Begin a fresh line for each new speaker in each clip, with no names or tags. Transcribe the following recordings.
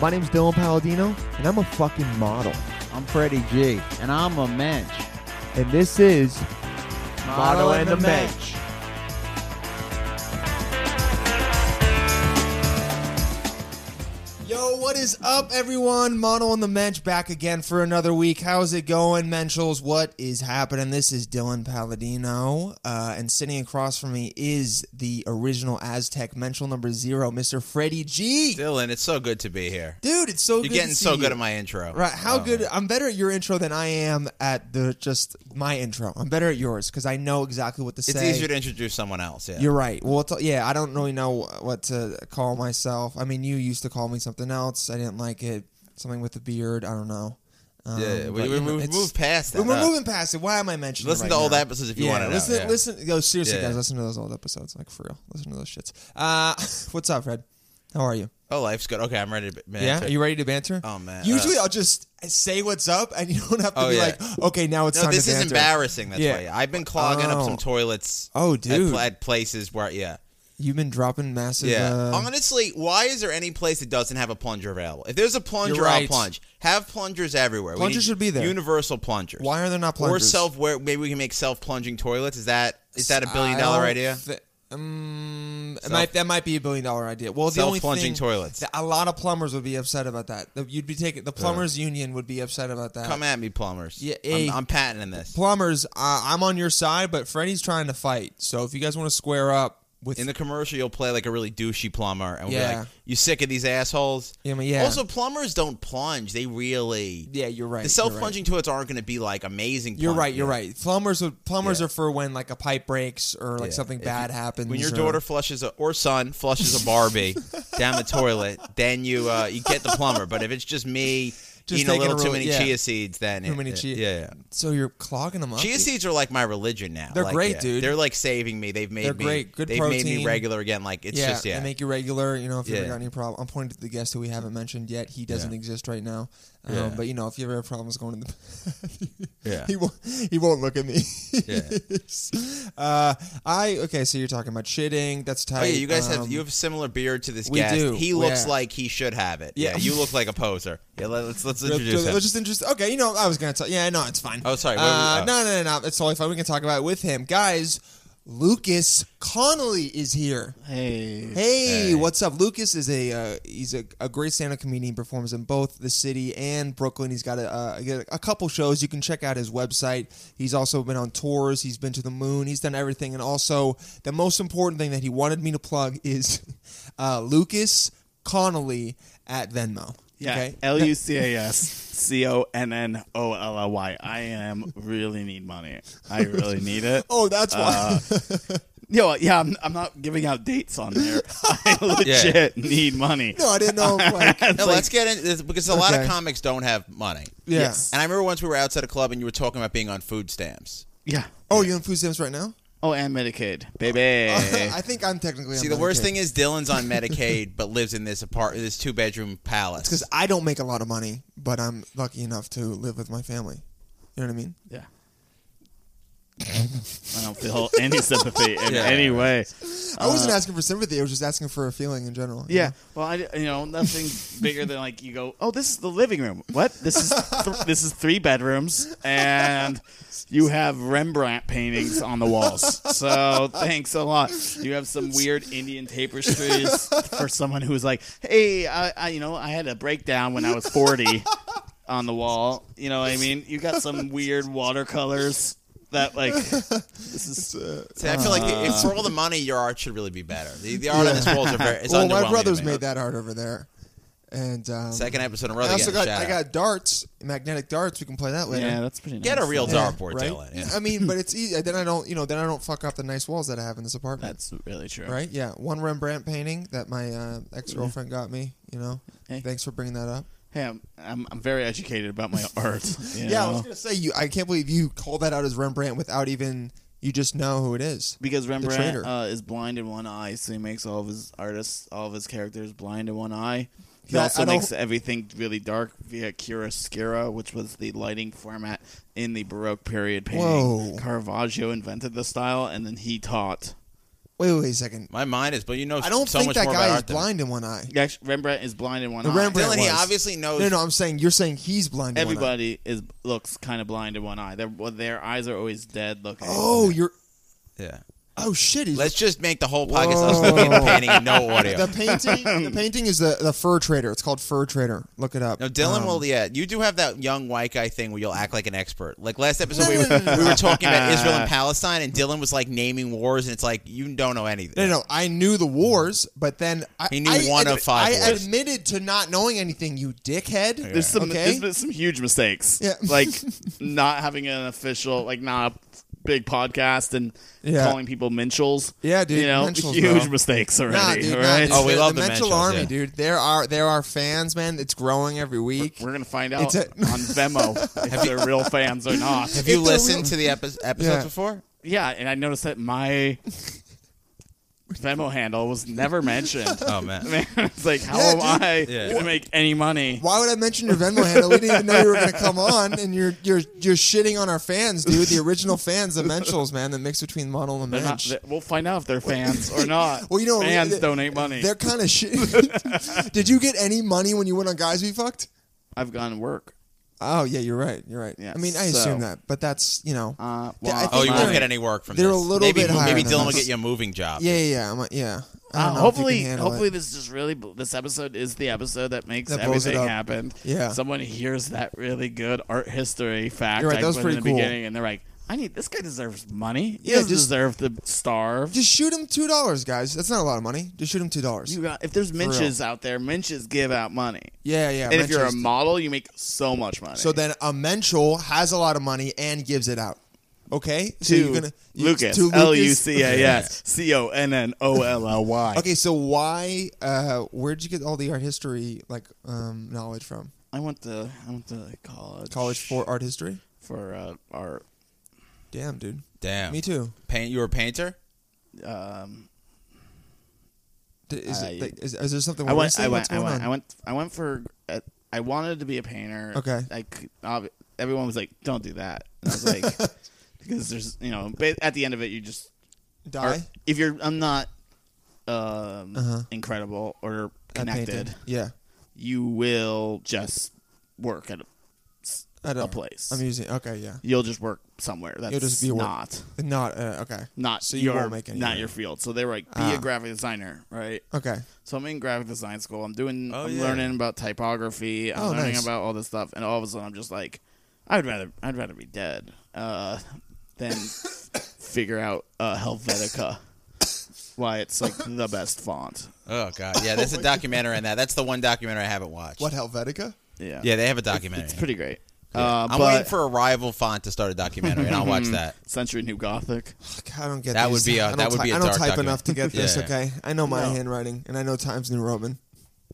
My name's Dylan Palladino, and I'm a fucking model.
I'm Freddie G, and I'm a mensch.
And this is Model and the
Mensch.
Yo, what is up, everyone? Mono on the Mensch back again for another week. How's it going, Menschels? What is happening? This is Dylan Palladino, uh, and sitting across from me is the original Aztec Menschel number zero, Mr. Freddie G.
Dylan, it's so good to be here.
Dude, it's so
You're
good to
getting
see
so
you.
good at my intro.
Right? How
Oh,
good? I'm better at your intro than I am at the just my intro. I'm better at yours because I know exactly what to
It's
say.
easier to introduce someone else. Yeah.
You're right. Well, it's, yeah, I don't really know what to call myself. I mean, you used to call me something else. I didn't like it. Something with a beard. I don't know. Um,
yeah,
but,
we,
you
we,
know,
we
it's-
moved past that.
We're
Uh,
moving past it. Why am I mentioning?
Listen
it
to
right
old
now?
episodes if you
yeah,
want to know.
listen,
yeah.
listen. Yo, seriously,
Yeah.
guys, listen to those old episodes. Like for real, listen to those shits. Uh, what's up, Fred? How are you?
Oh, life's good. Okay, I'm ready. To, man,
yeah,
to-
are you ready to banter?
Oh, man.
Usually,
Uh,
I'll just say what's up, and you don't have to
Oh,
be
yeah.
like, okay, now it's
no,
time
this
to
is
banter.
embarrassing. That's
Yeah.
why. Yeah. I've been clogging up
Oh.
some toilets.
Oh,
at pla-
dude.
At, places where, yeah,
You've been dropping massive.
yeah.
uh,
Honestly, why is there any place that doesn't have a plunger available? If there's a plunger,
right.
I'll plunge. Have plungers everywhere. We
Plungers
need
should be there.
Universal plungers.
why are there not
Or
plungers?
self, where maybe we can make self plunging toilets. Is that is that a billion
I
dollar
don't
idea?
thi- um, it
Self-
might, that might be a billion dollar idea. Well, the only thing,
Self-plunging toilets.
th- a lot of plumbers would be upset about that. The- You'd be taking the plumbers union would be upset about that.
Come at me, plumbers.
Uh, Yeah, eh, hey.
I'm, I'm patenting this.
plumbers, uh, I'm on your side, but Freddie's trying to fight. So if you guys want to square up with,
In the commercial, you'll play like a really douchey plumber, and we'll be
Yeah.
like, "You sick of these assholes?"
Yeah, I mean, yeah.
Also, plumbers don't plunge; they really
yeah, you're right.
the
you're right.
self plunging toilets aren't going to be like amazing.
You're
plunge-
right. You're right. Plumbers would plumbers
Yeah.
are for when like a pipe breaks or like
Yeah.
something
If
bad
you-
happens.
When your
or-
daughter flushes a, or son flushes a Barbie down the toilet, then you uh, you get the plumber. But if it's just me eating a
taking
little
a
too
roll-
many
yeah.
chia seeds, then
Too
it-
many
it-
chia-
Yeah, yeah.
So you're clogging them up.
Chia seeds are like my religion now.
They're
Like,
great,
yeah.
dude.
They're like saving me. They've made
They're
me.
great. Good
They've made
protein.
me regular again. Like it's
yeah,
just yeah.
they make you regular. You know, if you ever
Yeah.
got any problem, I'm pointing to the guest who we haven't mentioned yet. He doesn't
Yeah.
exist right now. Um,
Yeah.
But you know, if you ever have problems going to the,
Yeah.
he won't he won't look at me.
Yeah.
uh, I okay. So you're talking about shitting. That's tight.
Oh yeah, you guys
Um,
have you have a similar beard to this
we
guest.
do,
He looks
yeah.
like he should have it.
Yeah.
Yeah, you look like a poser. Yeah, let, us
Let's,
let's introduce him.
let's just interest. Okay, you know, I was gonna talk. Yeah, no, it's fine.
Oh, sorry, what
Uh,
were we-
No, no, no, no. It's totally fine. We can talk about it with him, guys. Lucas Connolly is here.
Hey.
Hey,
Hey.
what's up? Lucas is a uh, he's a, a great stand-up comedian. Performs in both the city and Brooklyn. He's got a, uh, a a couple shows. You can check out his website. He's also been on tours. He's been to the moon. He's done everything. And also, the most important thing that he wanted me to plug is uh, Lucas Connolly at Venmo.
Yeah,
Okay?
L U C A S C O N N O L L Y. I am really need money. I really need it.
Oh, that's why.
Uh.
Yo, yeah, I'm, I'm not giving out dates on there. I legit need money.
no, I didn't know. Like,
no, let's get into this because a lot
Okay.
of comics don't have money.
yeah.
Yes.
And I remember once we were outside a club and you were talking about being on food stamps.
Yeah.
Oh, you're on food stamps right now.
Oh, and Medicaid, baby.
I think I'm technically.
Eh. See,
on
the worst
Medicaid.
thing is Dylan's on Medicaid but lives in this apartment, this two bedroom palace.
because I don't make a lot of money, but I'm lucky enough to live with my family. You know what I mean?
yeah. I don't feel any sympathy in
Yeah.
any way.
I wasn't asking for sympathy. I was just asking for a feeling in general. you
Uh, Yeah.
know?
Well, I you know nothing bigger than like you go. Oh, this is the living room. What? This is th- this is three bedrooms, and you have Rembrandt paintings on the walls. So thanks a lot. You have some weird Indian tapestries for someone who's like, hey, I, I you know I had a breakdown when I was forty on the wall. You know what I mean? You got some weird watercolors that like this is
See, I feel like
uh,
if for all the money, your art should really be better. The, the art on this wall is very. It's
Well,
underwhelming
my
to
brother's
me.
made that art over there, and um,
Second episode in a row.
I
they
also
get a
got I
shout-out.
got darts, magnetic darts. We can play that later.
yeah, that's pretty. Nice.
Get a real
Yeah,
dartboard,
right?
Dylan. Yeah.
I mean, but it's easy. Then I don't, you know, then I don't fuck up the nice walls that I have in this apartment.
That's really true.
right? Yeah, one Rembrandt painting that my uh, ex girlfriend got me. You know,
Hey.
thanks for bringing that up.
Hey, I'm, I'm, I'm very educated about my art. you
Yeah, I was
know?
gonna say you. I can't believe you called that out as Rembrandt without even you just know who it is.
because Rembrandt
traitor.
uh, is blind in one eye, so he makes all of his artists, all of his characters blind in one eye. He
Yeah, I
also
don't-
makes everything really dark via chiaroscuro, which was the lighting format in the Baroque period painting.
Whoa.
Caravaggio invented the style, and then he taught
Wait, wait, wait a second.
My mind is, but you know,
I don't
so
think
much
that
more about
guy is
art than-
blind in one eye.
Yeah, actually, Rembrandt is blind in one
The
eye.
Rembrandt-
Dylan, he
was.
obviously knows.
No, no, I'm saying you're saying he's blind. in one eye.
Everybody is looks kind of blind in one eye. Their well, their eyes are always dead looking.
Oh, you're.
Yeah.
Oh shit! He's
Let's just make the whole podcast us looking at the painting and no audio.
the painting. the painting is the the fur trader. It's called fur trader. Look it up.
No, Dylan
Um,
will. e- Yeah, you do have that young white guy thing where you'll act like an expert. Like last episode,
No,
we
no, no, no,
were,
no.
we were talking about Israel and Palestine, and Dylan was like naming wars, and it's like you don't know anything.
No, no, I knew the wars, but then I,
He knew
I,
one of five
I
wars.
admitted to not knowing anything. You dickhead.
There's some
Okay.
there's been some huge mistakes.
Yeah.
Like not having an official like not a big podcast and
Yeah.
calling people minchels.
Yeah, dude,
You know,
minchels,
huge
bro.
mistakes
Nah,
already.
dude, nah,
right?
dude.
Oh, we
the,
love
the
the
mental
Menschels,
army,
yeah.
dude. There are there are fans, man. It's growing every week.
We're gonna find out
It's a-
on Vemo if they're real fans or not.
Have
It's a real-
you listened to the epi- episodes
Yeah.
before?
Yeah, and I noticed that my Venmo handle was never mentioned.
Oh man.
Man, it's like, how
Yeah,
am
dude.
I
Yeah.
gonna make any money?
Why would I mention your Venmo handle? We didn't even know you were going to come on, and you're you're you're shitting on our fans, dude. The original fans, the Menschels, man. The mix between model and the
They're not,
Mensch.
they- we'll find out if they're fans or not.
well, you know,
fans
they-
donate money.
They're kind of shit. Did you get any money when you went on Guys We Fucked?
I've gone to work.
Oh yeah, you're right. You're right.
Yeah,
I mean, I
so-
assume that, but that's you know, Yeah,
Uh,
I
well,
think
Oh, you won't
Mine.
get any work from
They're
this.
a little
maybe,
bit higher
Maybe
than
Dylan will
us.
get you a moving job.
yeah, yeah, yeah. I'm, yeah. I don't know if
Uh,
you
hopefully,
can handle
hopefully
it.
this is really this episode is the episode that makes
That blows it
everything
up.
happen.
Yeah.
someone hears that really good art history fact
You're right,
I
that was
put
pretty
in the
cool.
beginning, and they're like, "I need this guy deserves money. He
Yeah,
doesn't
just-
deserve to starve."
just shoot him two dollars, guys. That's not a lot of money. Just shoot him two dollars.
You got, if there's
real.
minches out there, minches give out money,
Yeah, yeah.
and if you're a
Menschels-
model, you make so much money.
So then a menschel has a lot of money and gives it out. Okay? So
to Lucas, L U C A
Yes.
S C O N N O L L Y.
Okay, so why uh where'd you get all the art history like um knowledge from?
I went to I went to college
College for art history?
for uh, art.
Damn, dude.
Damn.
Me too.
Paint. You were a painter.
Um,
D- Is, it,
I-
like, is, is there something
I went.
missing?
I
What's
went. I
going
went.
on?
I went. I went for. Uh, I wanted to be a painter.
Okay.
I could, ob- everyone was like, "Don't do that." And I was like, because there's you know, but at the end of it, you just are,
Die?
if you're I'm not um,
Uh-huh.
incredible or
I painted.
connected,
Yeah.
you will just work at a, s-
At
a
a-
place.
I'm using okay, yeah.
You'll just work somewhere. That's
just be a work-
not
Not uh, okay.
not
So you
your
won't make any
not
money.
your field. So they were like, be
Ah.
a graphic designer, right?
Okay.
So I'm in graphic design school. I'm doing.
Oh,
I'm
yeah.
learning about typography. I'm
Oh,
learning
nice.
about all this stuff, and all of a sudden I'm just like, I would rather I'd rather be dead uh, than figure out uh, Helvetica. Why it's like the best font.
Oh god. Yeah, there's a documentary on that. That's the one documentary I haven't watched.
What Helvetica?
Yeah.
Yeah, they have a documentary.
It's pretty great.
Yeah.
Uh,
I'm
but
waiting for a rival font to start a documentary, and I'll watch that.
Century New Gothic.
Fuck, I don't get
That
these.
would be a-
I don't
that would
ty-
be a
I don't
dark
type
document.
enough to get this.
Yeah.
Okay, I know my
No.
handwriting and I know Times New Roman.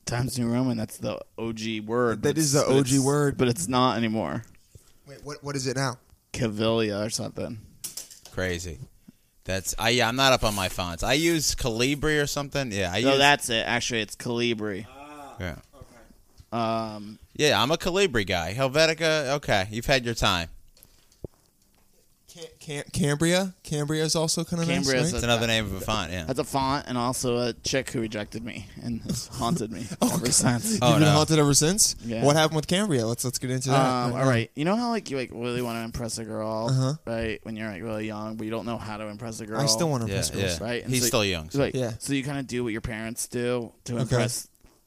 Times New Roman. That's the OG word. but
That is
it's-
the
but
OG
it's-
word.
but it's not anymore.
Wait, what what is it now?
Cavilia or something.
Crazy. That's I. Yeah, I'm not up on my fonts. I use Calibri or something. Yeah, I
No,
use
that's it. Actually, it's Calibri.
Yeah.
Um,
yeah, I'm a Calibri guy. Helvetica. Okay, you've had your time.
Cam- Cam- Cambria. Cambria is also kind of nice.
Cambria is
right?
It's another name of a font. Yeah.
That's a font, and also a chick who rejected me and has haunted me ever since.
Oh,
You've been
no.
haunted ever since.
Yeah.
What happened with Cambria? Let's let's get into that.
Um, all right, you know how like you like really want to impress a girl,
Uh-huh.
right? When you're like really young, but you don't know how to impress a girl.
I still want to
Yeah,
impress
yeah.
girls.
Right, and
He's
so-
still young. so-
Right.
Yeah.
So you kind of do what your parents do to impress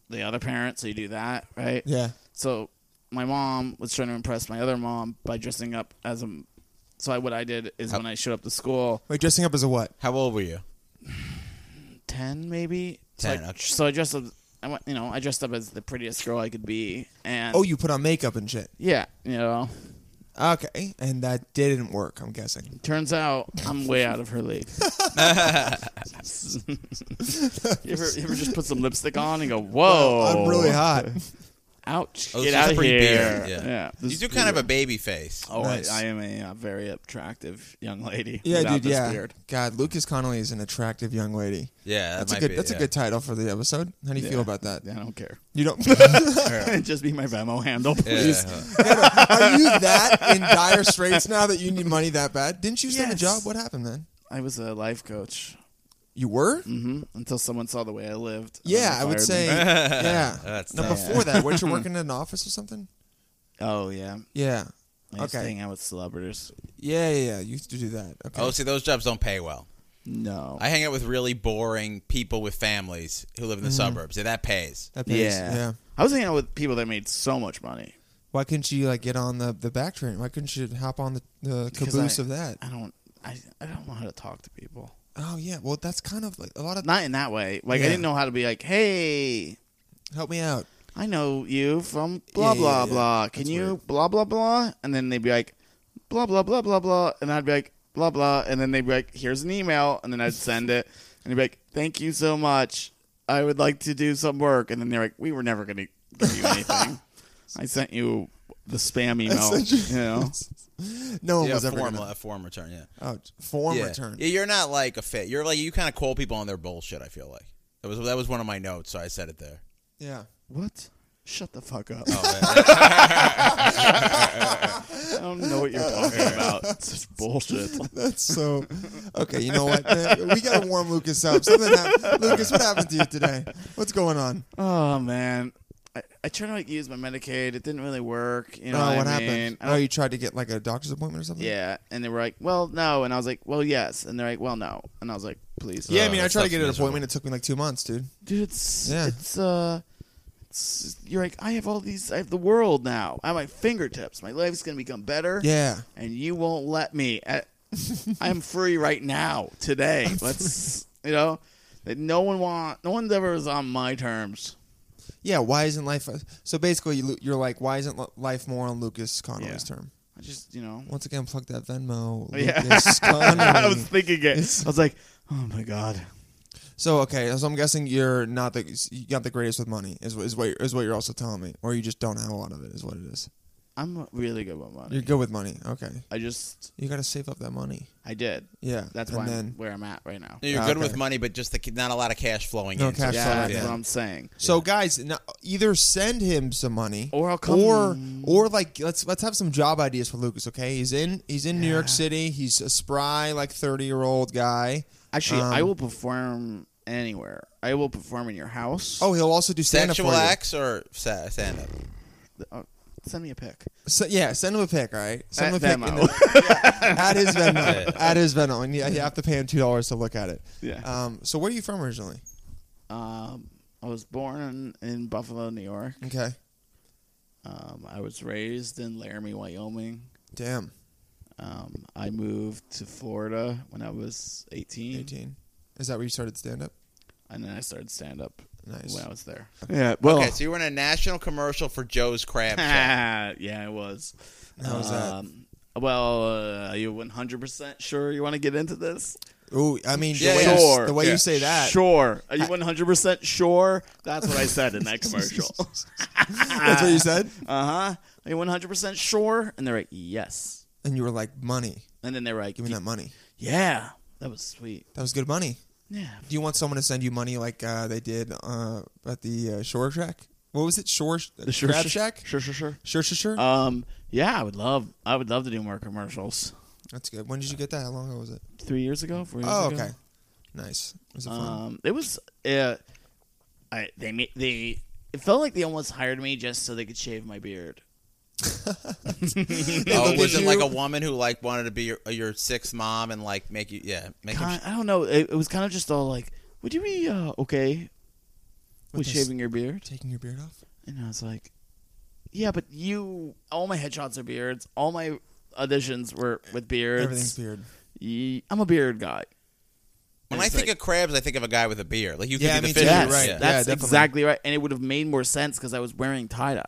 the other parent. So you do that, right?
Yeah.
So my mom was trying to impress my other mom by dressing up as a. So I, what I did is
How-
when I showed up to school,
Wait, dressing up as a what?
How old were you?
ten maybe. so
10,
I,
okay.
so I dressed up. I went, you know, I dressed up as the prettiest girl I could be, and
Oh, you put on makeup and shit.
Yeah, you know.
Okay, and that didn't work. I'm guessing.
Turns out I'm way out of her league. you, ever, you ever just put some lipstick on and go, "Whoa,
I'm really hot.
Ouch!
Oh,
Get
it's
out
just
of
pretty
here!"
beard, yeah.
this
you do
is
kind of a
weird.
baby face.
Oh,
Nice.
I, I am a, uh very attractive young lady.
Yeah,
without
dude.
This
Yeah.
beard.
God, Lucas Connolly is an attractive young lady.
Yeah, that
That's a
might
good.
Be,
that's
yeah.
a good title for the episode. How do you
Yeah.
feel about that?
Yeah, I don't care.
You don't.
just be my Venmo handle,
Yeah.
please.
Are you that in dire straits now that you need money that bad? Didn't you stand
Yes.
a job? What happened, man?
I was a life coach.
You were?
hmm Until someone saw the way I lived. and
Yeah,
then
I would
fired
say.
me.
yeah.
That's
now,
tough.
before that, weren't you working in an office or something?
Oh yeah.
Yeah.
I used to
Okay.
hang out with celebrities.
Yeah, yeah, yeah. You used to do that. Okay.
Oh, see, those jobs don't pay well.
No.
I hang out with really boring people with families who live in the suburbs, and that pays.
that pays.
yeah. I was hanging out with people that made so much money.
Why couldn't you like get on the the back train? Why couldn't you hop on the, the
'Cause
caboose
I-
of that?
I don't. I, I don't know how to talk to people.
Oh yeah. Well, that's kind of like a lot of
Not in that way. Like
Yeah.
I didn't know how to be like, hey,
help me out.
I know you from
Yeah,
blah
yeah,
blah
yeah.
blah. Can
That's
you
weird.
blah blah blah? And then they'd be like, blah blah blah blah blah, and I'd be like, blah blah, and then they'd be like, here's an email, and then I'd send it, and they'd be like, thank you so much. I would like to do some work, and then they're like, we were never gonna give you anything. I sent you the spam email.
sent you-
You know,
No one
Yeah,
was ever
form,
gonna.
a form return, yeah.
Oh, form
yeah.
return.
Yeah, you're not like a fit. You're like you kind of call people on their bullshit. I feel like that was that was one of my notes, so I said it there.
Yeah.
what? Shut the fuck up.
Oh, man.
I don't know what you're talking about. It's just bullshit.
That's so. Okay, you know what? man? We gotta warm Lucas up. Something happened. Lucas, what happened to you today? What's going on?
Oh man, I, I tried to like use my Medicaid. It didn't really work. You know
oh,
what,
what
I mean?
happened?
I
Oh,
don't-
you tried to get like a doctor's appointment or something?
yeah, and they were like, "Well, no," and I was like, "Well, yes," and they're like, "Well, no," and I was like, "Please."
Yeah, I
Oh,
mean, I
that
tried to
sounds
get an
miserable.
appointment. It took me like two months, dude.
dude, it's
Yeah.
it's uh, it's, you're like, I have all these, I have the world now at my fingertips. My life's gonna become better.
Yeah.
and you won't let me. I, I'm free right now, today. Let's, you know, that no one want, no one's ever is on my terms.
Yeah, why isn't life. uh, So basically, you- you're like, why isn't li- life more on Lucas Conway's
Yeah.
term?
I just, you know,
Once again, plug that Venmo.
Yeah.
Lucas Conway.
I was thinking it. I was like, oh my god.
so okay, so I'm guessing you're not the you got the greatest with money is what is what, is what you're also telling me, or you just don't have a lot of it is what it is.
I'm really good with money.
You're good with money. Okay,
I just,
you got to save up that money.
I did.
Yeah,
That's
and
why I'm
then-
where I'm at right now. Uh,
you're
Yeah,
good
okay.
with money, but just the, not a lot of cash flowing
No
in.
cash
yeah,
flowing
that's
in.
what I'm saying.
So guys, no, either send him some money,
Or I'll come-
or or like let's let's have some job ideas for Lucas. Okay, he's in he's in New York City. He's a spry like thirty year old guy.
Actually,
Um,
I will perform anywhere. I will perform in your house.
Oh, he'll also do stand up for
Sexual
you.
acts or sa- stand up?
Oh, send me a pic.
So, yeah, send him a pic. All right, send
At
him a pic
Venmo.
at his Venmo. at his Venmo, and you, you have to pay him two dollars to look at it.
Yeah.
Um. So where are you from originally?
um, I was born in Buffalo, New York.
Okay.
Um, I was raised in Laramie, Wyoming.
Damn.
Um, I moved to Florida when I was 18,
Eighteen. Is that where you started stand up?
and then I started stand up
Nice.
when I was there. Yeah. Well,
Okay, so you were in a national commercial for Joe's Crab Shack.
yeah, I was.
How was that?
Um, well, uh, are you 100% sure you want to get into this?
Ooh, I mean,
Yeah,
the way,
yeah.
you-
Sure.
the way
Yeah.
you say that.
Sure. Are you 100% sure? That's what I said in that commercial.
That's what you said.
uh huh. Are you 100% sure? And they're like, yes.
And you were like, money.
And then they were like,
Give me that money.
yeah, that was sweet.
That was good money.
Yeah.
Do you want someone to send you money like uh, they did uh, at the uh, Shore Shack? What was it? Shore the
Sure,
Crab
sure,
Shack?
Sure, sure, sure.
Sure, sure, sure.
Um, yeah, I would love, I would love to do more commercials.
That's good. When did you get that? How long ago was it?
Three years ago, four years
Oh,
ago.
okay. Nice. Was it fun?
Um, it was. Uh, I they ma- they it felt like they almost hired me just so they could shave my beard.
Oh,
look
was
at
it
you.
like a woman who like wanted to be your, uh, your sixth mom and like make you yeah make him
Kind, I don't know. It, it was kind of just all like, "Would you be uh, okay with,
With this-
shaving your beard?"
Taking your beard off?
And I was like, "Yeah, but you. All my headshots are beards. All my auditions were with beards.
Everything's beard.
Ye- I'm a beard guy."
When I
It's
think
like-
of crabs, I think of a guy with a beard. Like you could
Yeah,
be
me
the
too,
fish.
yes,
right.
Yeah.
Yeah,
that's
definitely.
exactly right, and it would have made more sense because I was wearing tie dye.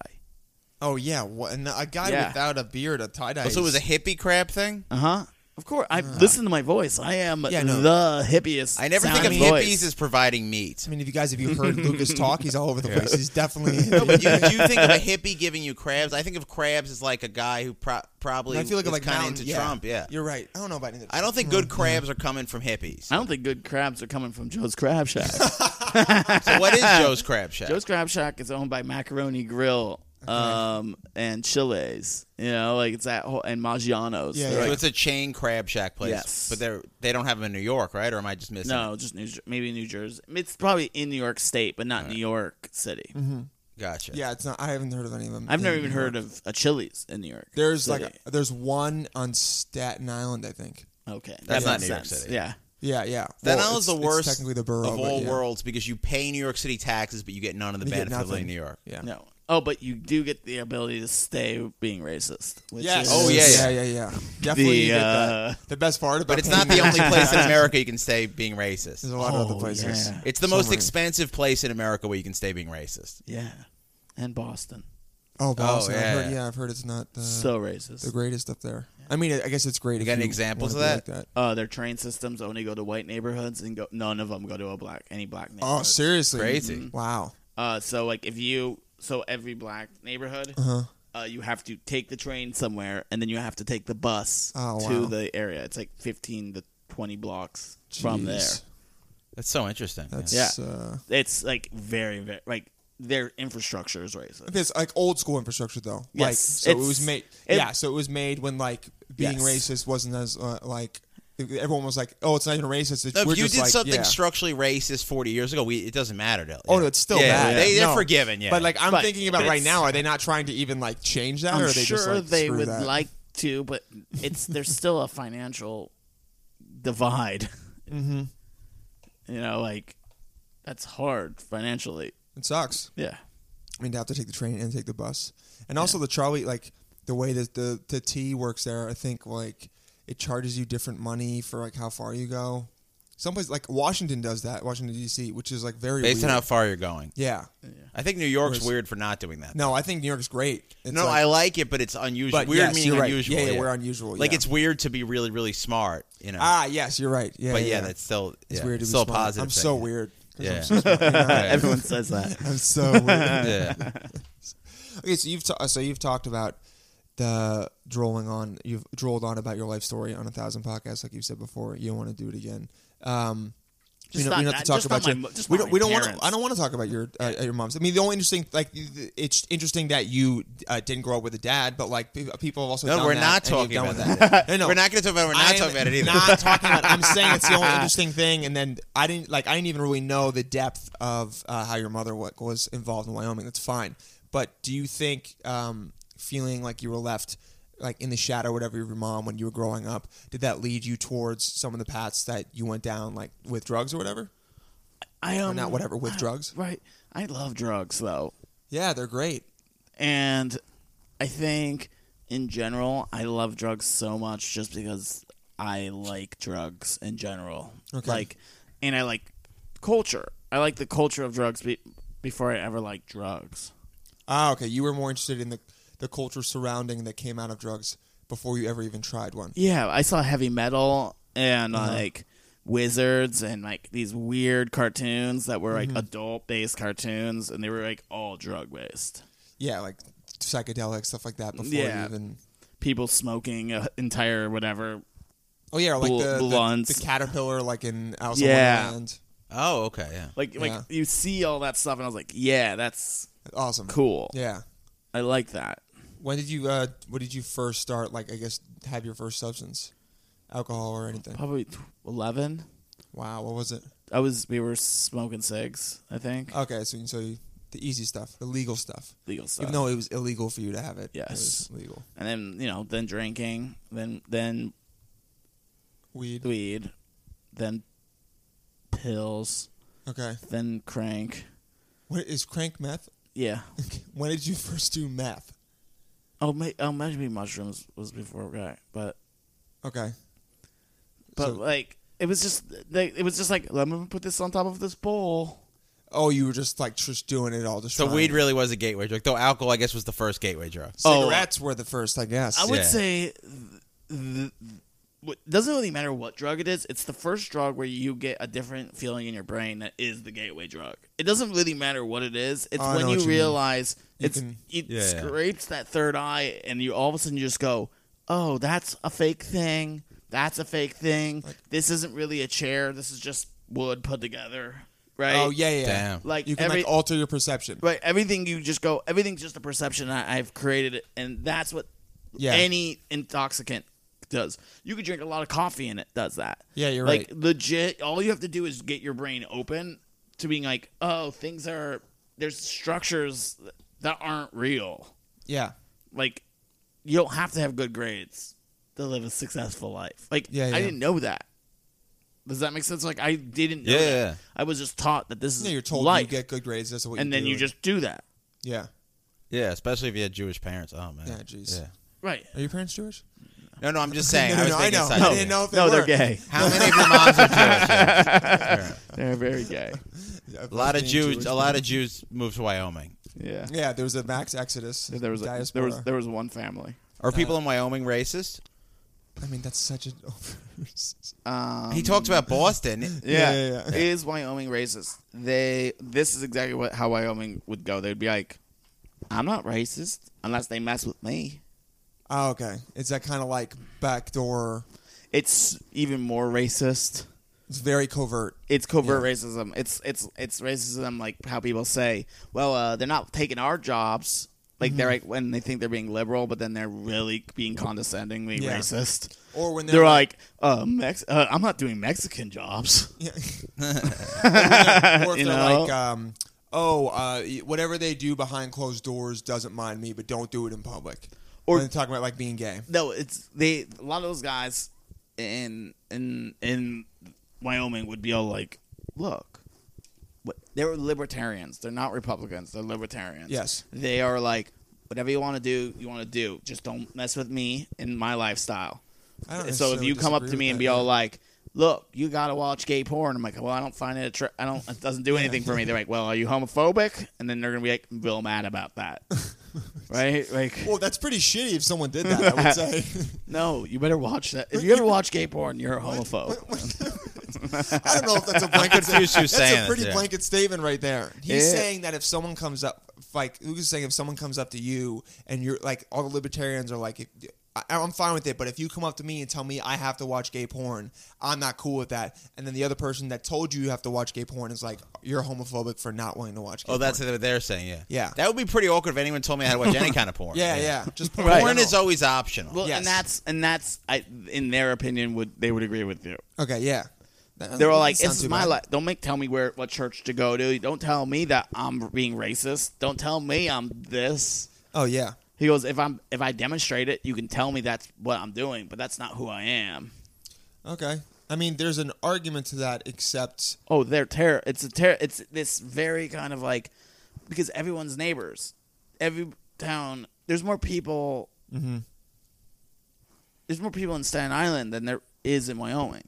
Oh, yeah. What, and a guy
Yeah.
without a beard, a tie dye.
Oh, So it was a hippie crab thing.
Uh huh. Of course. I listen to my voice. I am
Yeah, no.
the hippiest.
I never think of
sounding
hippies
voice.
as providing meat.
I mean, if you guys have you heard Lucas talk? He's all over the place. He's definitely.
No, but you, do you think of a hippie giving you crabs? I think of crabs as like a guy who pro- probably
I feel like
is
I'm like
kind of
mountain- Oh,
into Trump. Yeah,
you're right. I don't know about any of
I don't think good crabs are coming from hippies.
I don't think good crabs are coming from Joe's Crab Shack.
So what is Joe's Crab Shack?
Joe's Crab Shack is owned by Macaroni Grill. um, and Chile's. You know, like it's that whole and Maggiano's.
Yeah,
They're
yeah.
like-
So it's a chain crab shack place.
Yes.
But they're they don't have them in New York, right? Or am I just missing?
No, just New Jer- maybe New Jersey. It's probably in New York State, but not New York City.
it? Gotcha.
Yeah, it's not. I haven't heard of any of them.
I've
in
never
New
even
York.
heard of a Chili's in New York.
There's
City.
like there's one on Staten Island, I think.
okay, that
That's not
makes
New York
sense.
City.
Yeah,
Yeah, yeah.
That
Well,
Island's
it's-
the
it's
worst
technically the borough
of
but
all
yeah.
worlds because you pay New York City taxes, but you get none of the
You get
benefit of living
nothing.
in New York.
Yeah.
no. Oh, but you do get the ability to stay being racist. Which
Yes.
Is
Oh, yeah,
yeah,
yeah.
yeah, yeah. Definitely
The,
you get
uh,
that. The best part about
But it's not the
paying-
only place in America you can stay being racist.
There's a lot of other
Oh,
places.
yeah.
It's the
So
most
many.
expensive place in America where you can stay being racist.
yeah, and Boston.
Oh, Boston.
yeah.
I've heard, yeah, I've heard it's not the,
so
the
racist.
greatest up there. I mean, I guess it's great. if
got any
you
examples
wanna
of
be Like that.
Uh, their train systems only go to white neighborhoods, and go none of them go to a black any black neighborhood.
Oh, seriously?
Crazy.
Wow.
Uh, so like if you so every black neighborhood,
Uh-huh.
uh, you have to take the train somewhere, and then you have to take the bus
Oh,
to
wow.
the area. It's like fifteen to twenty blocks from there.
Jeez.
That's so interesting. yeah.
That's uh,
It's like very very like their infrastructure is racist.
it's like old school infrastructure though. like
Yes,
so it
it's-
was made
it-
Yeah, so it was made when like being
Yes.
racist wasn't as uh, like everyone was like, "Oh, it's not even racist." It's,
No, if
we're
you
just
did
like,
something
yeah.
structurally racist 40 years ago, we, it doesn't matter. They'll-
Oh,
yeah.
no, it's still
yeah,
bad.
They, they're
No.
forgiven, yeah.
But like I'm
But-
thinking about
but
right
it's-
now, are they not trying to even like change that? or
I'm
are they
sure
just, like,
they
screw
would
that?
like to, but it's there's still a financial divide.
Mm-hmm.
You know, like that's hard financially.
It sucks.
Yeah.
I mean, to have to take the train and take the bus, and also the trolley. Like the way that the the T works there, I think like it charges you different money for like how far you go. Some place like Washington does that, Washington D.C., which is like very
based on
weird.
how far you're going.
yeah.
I think New York's
Whereas-
weird for not doing that.
No, I think New York's great. It's
no,
like,
I like it, but it's unusual.
But
weird
yes,
meaning
you're right.
unusual.
Yeah, yeah, we're unusual,
Like
yeah.
it's weird to be really, really smart. You know.
ah yes, you're right. Yeah,
but yeah,
yeah,
that's still
it's
yeah,
weird to be
still a
smart.
positive.
I'm
thing.
so weird. 'cause
Yeah.
I'm so, smart, you know?
Everyone says that.
I'm so weird.
Yeah.
Okay, so you've ta- so you've talked about the drolling on you've drolled on about your life story on a thousand podcasts, like you said before. You don't want to do it again. Um,
Just
we
not
don't, we don't
that-
have to talk
just not
about
my
your.
mo- just
we
not
don't.
my
We don't want.
parents.
I don't want to talk about your uh, your mom's. I mean, the only interesting like it's interesting that you uh, didn't grow up with a dad, but like pe- people have also
No,
done
we're
that,
not
and you've
talking
done
about
with
that.
no, no,
We're not going to talk about. We're not
I'm
talking about it either.
Not talking about. I'm saying it's the only interesting thing, and then I didn't like. I didn't even really know the depth of uh, how your mother wa- was involved in Wyoming. That's fine, but do you think um, feeling like you were left like in the shadow, or whatever, of your mom when you were growing up, did that lead you towards some of the paths that you went down, like with drugs or whatever?
I um,
not whatever, with
I-
drugs?
Right. I love drugs though,
Yeah, they're great.
and I think in general I love drugs so much just because I like drugs in general.
Okay.
Like, and I like culture. I like the culture of drugs be- before I ever liked drugs.
Ah, okay. You were more interested in the the culture surrounding that came out of drugs before you ever even tried one.
Yeah, I saw heavy metal and
Uh-huh.
like wizards and like these weird cartoons that were like
Mm-hmm.
adult based cartoons, and they were like all drug based.
Yeah, like psychedelic stuff like that before
Yeah.
you even.
People smoking a entire whatever
Oh yeah, like
Bl-
the, the,
blunts.
the caterpillar, like in Alice
Yeah.
in Wonderland.
oh, okay. Yeah.
Like like
Yeah.
you see all that stuff, and I was like, yeah, that's
Awesome,
cool.
Yeah.
I like that.
When did you? Uh, what did you first start? Like, I guess have your first substance, alcohol or anything?
Probably t- eleven.
Wow, what was it?
I was we were smoking cigs. I think
Okay, so you- so you, the easy stuff, the legal stuff,
legal stuff.
even though it was illegal for you to have it. it was
Uh, Yes.
legal
and then you know, then drinking, then then
weed.
weed, then pills,
Okay,
then crank.
what is crank meth?
Yeah.
when did you first do meth?
Oh, ma- oh, maybe mushrooms was before crack, but
Okay,
but
So-
like it was just they, it was just like let me put this on top of this bowl.
oh, you were just like just doing it all. Just
So
trying.
weed really was a gateway drug, though alcohol, I guess, was the first gateway drug.
Oh.
cigarettes were the first, I guess.
I would
Yeah.
say th- th- what doesn't really matter what drug it is. It's the first drug where you get a different feeling in your brain that is the gateway drug. It doesn't really matter what it is. It's
Oh, I
when
know
you
what you mean.
realize it's
can-
it
Yeah, yeah.
scrapes that third eye, and you all of a sudden you just go, "Oh, that's a fake thing. That's a fake thing. this isn't really a chair. This is just wood put together." right?
Oh yeah, yeah.
Damn.
Like
you can
every-
like alter your perception.
Right. Everything you just go, everything's just a perception I, I've created, it, and that's what
Yeah.
any intoxicant does. You could drink a lot of coffee and it does that.
Yeah, you're
like,
right.
legit, all you have to do is get your brain open to being like, oh, things are, there's structures that aren't real.
Yeah.
Like, you don't have to have good grades to live a successful life. Like,
Yeah, yeah.
I didn't know that. Does that make sense? Like, I didn't know
Yeah,
that.
yeah.
I was just taught that this is
Yeah, you're told
life.
you get good grades. That's what.
and
you
then
do.
you just do that.
yeah.
Yeah, especially if you had Jewish parents. Oh man.
Yeah, jeez.
Yeah.
Right.
Are your parents Jewish?
No, no, I'm just saying.
no,
I
no,
was
no, I
thinking
know.
inside
I
the-
didn't know if they
no,
were.
they're gay.
How many of your moms are Jewish? Yeah.
They're very gay.
Yeah,
A lot of
being
Jews.
Jewish.
A lot of Jews moved to Wyoming.
Yeah.
Yeah, there was a max exodus.
There was a, there
diaspora.
was there was one family.
Are
Uh,
people in Wyoming racist?
I mean, that's such an.
Um,
He talks about Boston.
Yeah,
Yeah, yeah, yeah.
Is Wyoming racist? They. This is exactly what how Wyoming would go. They'd be like, "I'm not racist unless they mess with me."
oh, okay. It's that kind of like backdoor.
It's even more racist.
It's very covert.
It's covert racism. It's it's it's racism like how people say, "Well, uh, they're not taking our jobs." Like they're
Mm-hmm.
like when they think they're being liberal, but then they're really being condescendingly
Yeah.
racist.
Or when
They're, like, uh, Mex- uh, I'm not doing Mexican jobs.
Yeah. or if
You
they're
know?
like, um, oh, uh, whatever they do behind closed doors doesn't mind me, but don't do it in public.
Or-
Or they're talking about like being gay.
No, it's they. A lot of those guys in in in Wyoming would be all like, "Look, what, they're libertarians. They're not Republicans. They're libertarians.
Yes.
they are like whatever you want to do, you want to do. Just don't mess with me and my lifestyle.
I don't
So if
necessarily
you come up to
disagree with
me
that,
and be
yeah.
all like." Look, you gotta watch gay porn. I'm like, well, I don't find it. Attra- I don't. It doesn't do anything for me. They're like, well, are you homophobic? And then they're gonna be like, real mad about that, right? Like,
Well, that's pretty shitty if someone did that, I would say.
no, you better watch that. If you ever watch gay porn, you're a homophobe.
I don't know if that's a blanket statement.
confused who's
That's
saying
a
it,
pretty
yeah.
blanket statement right there. He's
Yeah.
saying that if someone comes up, like who's saying if someone comes up to you and you're like all the libertarians are like, I, I'm fine with it, but if you come up to me and tell me I have to watch gay porn, I'm not cool with that. And then the other person that told you you have to watch gay porn is like, you're homophobic for not wanting to watch. Gay
Oh, that's
porn.
what they're saying. Yeah.
Yeah.
That would be pretty awkward if anyone told me how to watch any kind of porn.
yeah, yeah. Just porn
Right.
Porn is always optional.
Well,
Yes.
and that's and that's I, in their opinion would they would agree with you.
okay. Yeah, That-
They were
that
like,
sounds
"This
too
is my
bad.
life. Don't make tell me where what church to go to. Don't tell me that I'm being racist. Don't tell me I'm this."
Oh yeah,
He goes, "If I'm if I demonstrate it, you can tell me that's what I'm doing, but that's not who I am."
okay. I mean, there's an argument to that, except
Oh, they're terror. It's a terror. It's this very kind of like because everyone's neighbors. Every town, there's more people.
Mm-hmm.
There's more people in Staten Island than there is in Wyoming.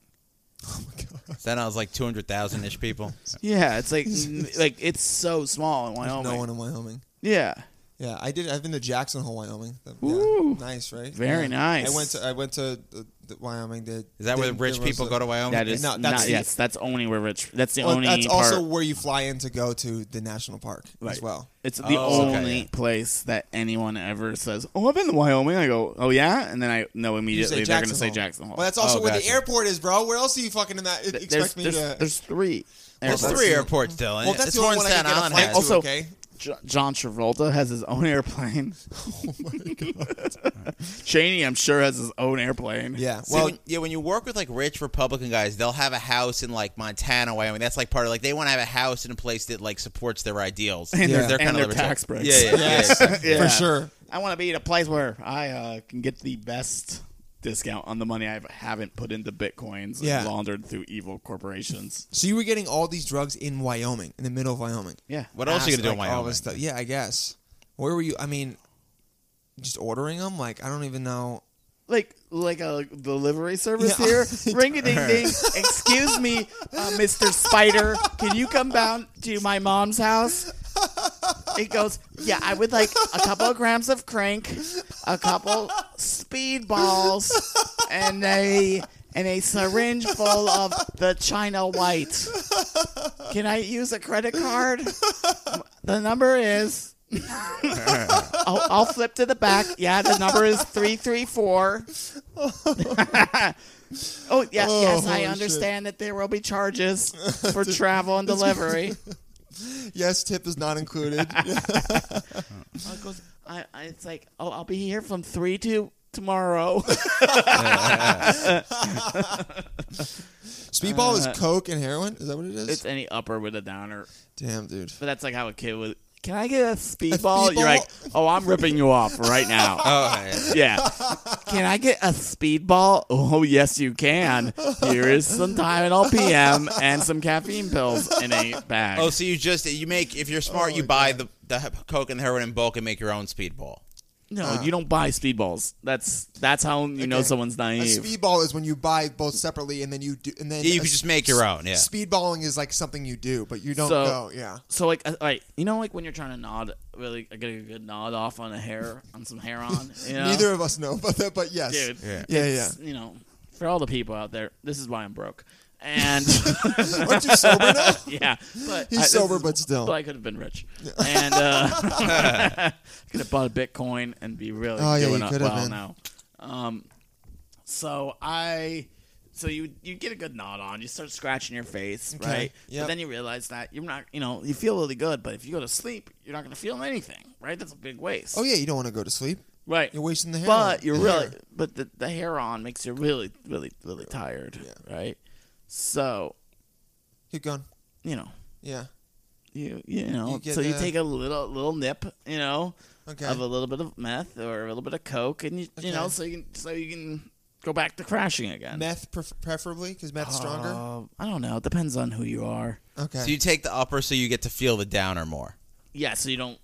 Then I was like 200,000 ish people.
Yeah, it's like n- like it's so small in Wyoming.
no one in Wyoming.
yeah,
Yeah, I did. I've been to Jackson Hole, Wyoming. The- yeah,
Ooh.
nice, right?
Very
Yeah.
nice.
I went to I went to the, the Wyoming. The,
Is that where
the-
the rich
there was
people
a-
go to Wyoming?
that is
No, that's
not
the-
yes. That's only where rich. That's the
Well,
only.
that's
part.
also where you fly in to go to the national park
Right.
as well.
It's the
Oh, okay,
only
yeah.
place that anyone ever says, "Oh, I've been to Wyoming." I go, "Oh yeah," and then I know immediately they're going to say Jackson Hole.
Well, that's also
Oh,
where the
gotcha.
airport is, bro. Where else do you fucking in that?
Th-
Expect
there's,
me
there's,
to.
there's three.
There's
airports.
three airports, Dylan.
well, that's
it's
the
more
only one
in
I
Staten
can get a
Island.
flight to.
has.
Also-
okay.
Jo- John Travolta has his own airplane. Cheney, I'm sure, has his own airplane.
Yeah.
See,
Well,
when, yeah, when you work with like rich Republican guys, they'll have a house in like Montana, Wyoming. That's like part of like they want to have a house in a place that like supports their ideals.
And
their-
and
kinda
their
libertarian.
tax breaks.
Yeah, yeah, yeah.
yes,
exactly.
Yeah.
for sure.
I want to be at a place where I uh, can get the best discount on the money I haven't put into bitcoins
Yeah.
and laundered through evil corporations.
So you were getting all these drugs in Wyoming, in the middle of Wyoming.
Yeah.
What else are you gonna do in
Like, all
Wyoming?
this stuff. Yeah, I guess. Where were you? I mean, just ordering them. Like I don't even know.
Like like a delivery service
Yeah.
here. Ring a ding ding. Excuse me, uh, Mr. Spider. Can you come down to my mom's house? It goes, yeah, I would like a couple of grams of crank, a couple speed balls, and a and a syringe full of the China White. Can I use a credit card? The number is I'll, I'll flip to the back. Oh, Yeah, the number is 334. Oh yeah,
Oh,
yes,
holy
I
shit.
understand that there will be charges for travel and delivery.
Yes, tip is not included.
I goes, I, I, it's like, oh, I'll be here from three to tomorrow.
Speedball is coke and heroin. Is that what it is?
Uh, it's any upper with a downer,
Damn, dude.
but that's like how a kid would. Can I get a speedball?
speedball?
You're like, oh, I'm ripping you off right now.
Oh, yeah.
yeah. Can I get a speedball? Oh, yes, you can. Here is some Tylenol PM and some caffeine pills in a bag.
oh, so you just you make if you're smart,
Oh,
you buy the the coke and the heroin in bulk and make your own speedball.
no, you don't buy speedballs. That's that's how you know
uh, Okay.
someone's
A
naive.
speedball is when you buy both separately and then you do and then
Yeah, you
a
could
s-
just make your own. Yeah.
Speedballing is like something you do, but you don't
So-
go. Yeah.
so like, uh, all right, you know, like when you're trying to nod, really, I get a good nod off on a hair, on some hair on. You know?
Neither of us know about that, but yes.
dude.
Yeah.
Yeah,
it's, You know, for all the people out there, this is why I'm broke. And
Aren't you sober now?
yeah, but
He's
I- this
sober,
is-
but still.
But I could have been rich, and uh, could have bought Bitcoin and be really
Oh, yeah,
doing
you
it
could have
well
been.
now. Um, so I, so you you get a good nod on. You start scratching your face,
Okay,
right?
yep.
But then you realize that you're not, you know, you feel really good, but if you go to sleep, you're not going to feel anything, right? That's a big waste.
Oh yeah, you don't want to go to sleep.
right.
You're wasting the hair.
But you're
The
really,
hair.
but the, the hair on makes you really, really, really tired, right? So
keep going.
you know,
Yeah.
you you know,
You get
so you
the-
take a little little nip, you know,
Okay.
of a little bit of meth or a little bit of coke, and you you know,
Okay.
so you can so you can go back to crashing again.
Meth pref- preferably because meth's stronger.
Uh, I don't know. It depends on who you are.
Okay.
Oh. So you take the upper, so you get to feel the downer more.
Yeah, so you don't.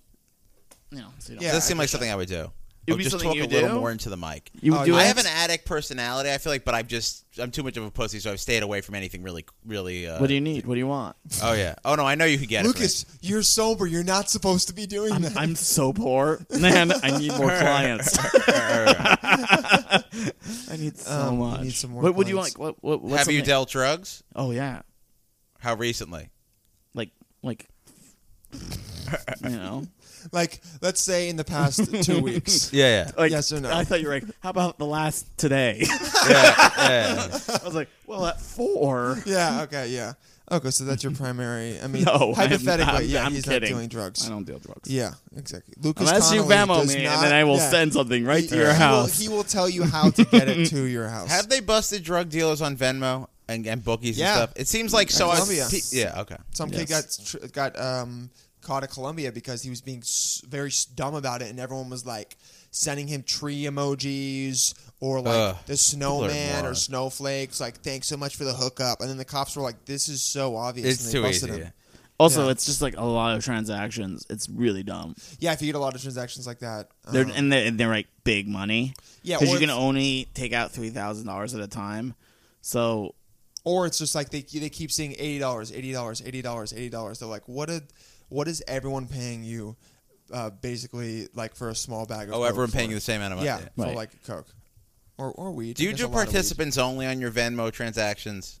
You know, so you don't.
Yeah.
Does this seem
I
like something I would do?
It'd
Oh,
be
just
something
talk
you
a little
do?
more into the mic.
You would
Oh,
do
yeah.
it.
I have an addict personality. I feel like, but I'm just I'm too much of a pussy, so I've stayed away from anything really, really. Uh,
what do you need? What do you want?
oh yeah. Oh no, I know you could get
Lucas, you're sober. You're not supposed to be doing
I'm,
that.
I'm so poor, man. I need more clients.
it. From me.
I need so
Um, you
much.
need some more
what would you
clients.
like? What? What? What's
Have you
something-
dealt drugs?
Oh yeah,
How recently?
like like. you know,
like, let's say in the past two weeks.
Yeah,
like
Yes or no?
I thought you were like, how about the last today?
yeah, yeah. yeah,
I was like, well, at four.
Yeah. Okay. Yeah. Okay. So that's your primary. I mean,
No, I'm-
hypothetically,
I'm-
yeah,
I'm
he's
kidding.
not doing drugs.
I don't deal drugs.
Yeah, exactly. Lucas
Unless you
Connolly
Venmo
does
me,
not-
and then I will
yeah.
send something right to
He-
your
he
house.
Will, he will tell you how to get it to your house.
Have they busted drug dealers on Venmo and, and bookies
Yeah.
and stuff? It seems like so. I,
Colombia.
pe- yeah. Okay.
Some kid got tr- got um, caught at Columbia because he was being s- very s- dumb about it, and everyone was like sending him tree emojis or like
Ugh,
the snowman or
morons.
snowflakes. Like, thanks so much for the hookup. And then the cops were like, "This is so obvious."
It's
and they
too
busted
easy.
Him.
Yeah.
also,
yeah.
it's just like a lot of transactions. It's really dumb.
Yeah, if you get a lot of transactions like that,
They're
um,
and they're, and they're like big money.
Yeah,
because
or
you can
if-
only take out three thousand dollars at a time. So
or it's just like they they keep seeing eighty dollars, eighty dollars, eighty dollars, eighty dollars. They're like, what did, what is everyone paying you, uh, basically like for a small bag of?
Oh,
Coke
everyone paying
for-
you the same amount of money.
Yeah, for
Right.
like coke, or or weed.
Do
I
you
guess a
do
lot of weed.
participants only on your Venmo transactions?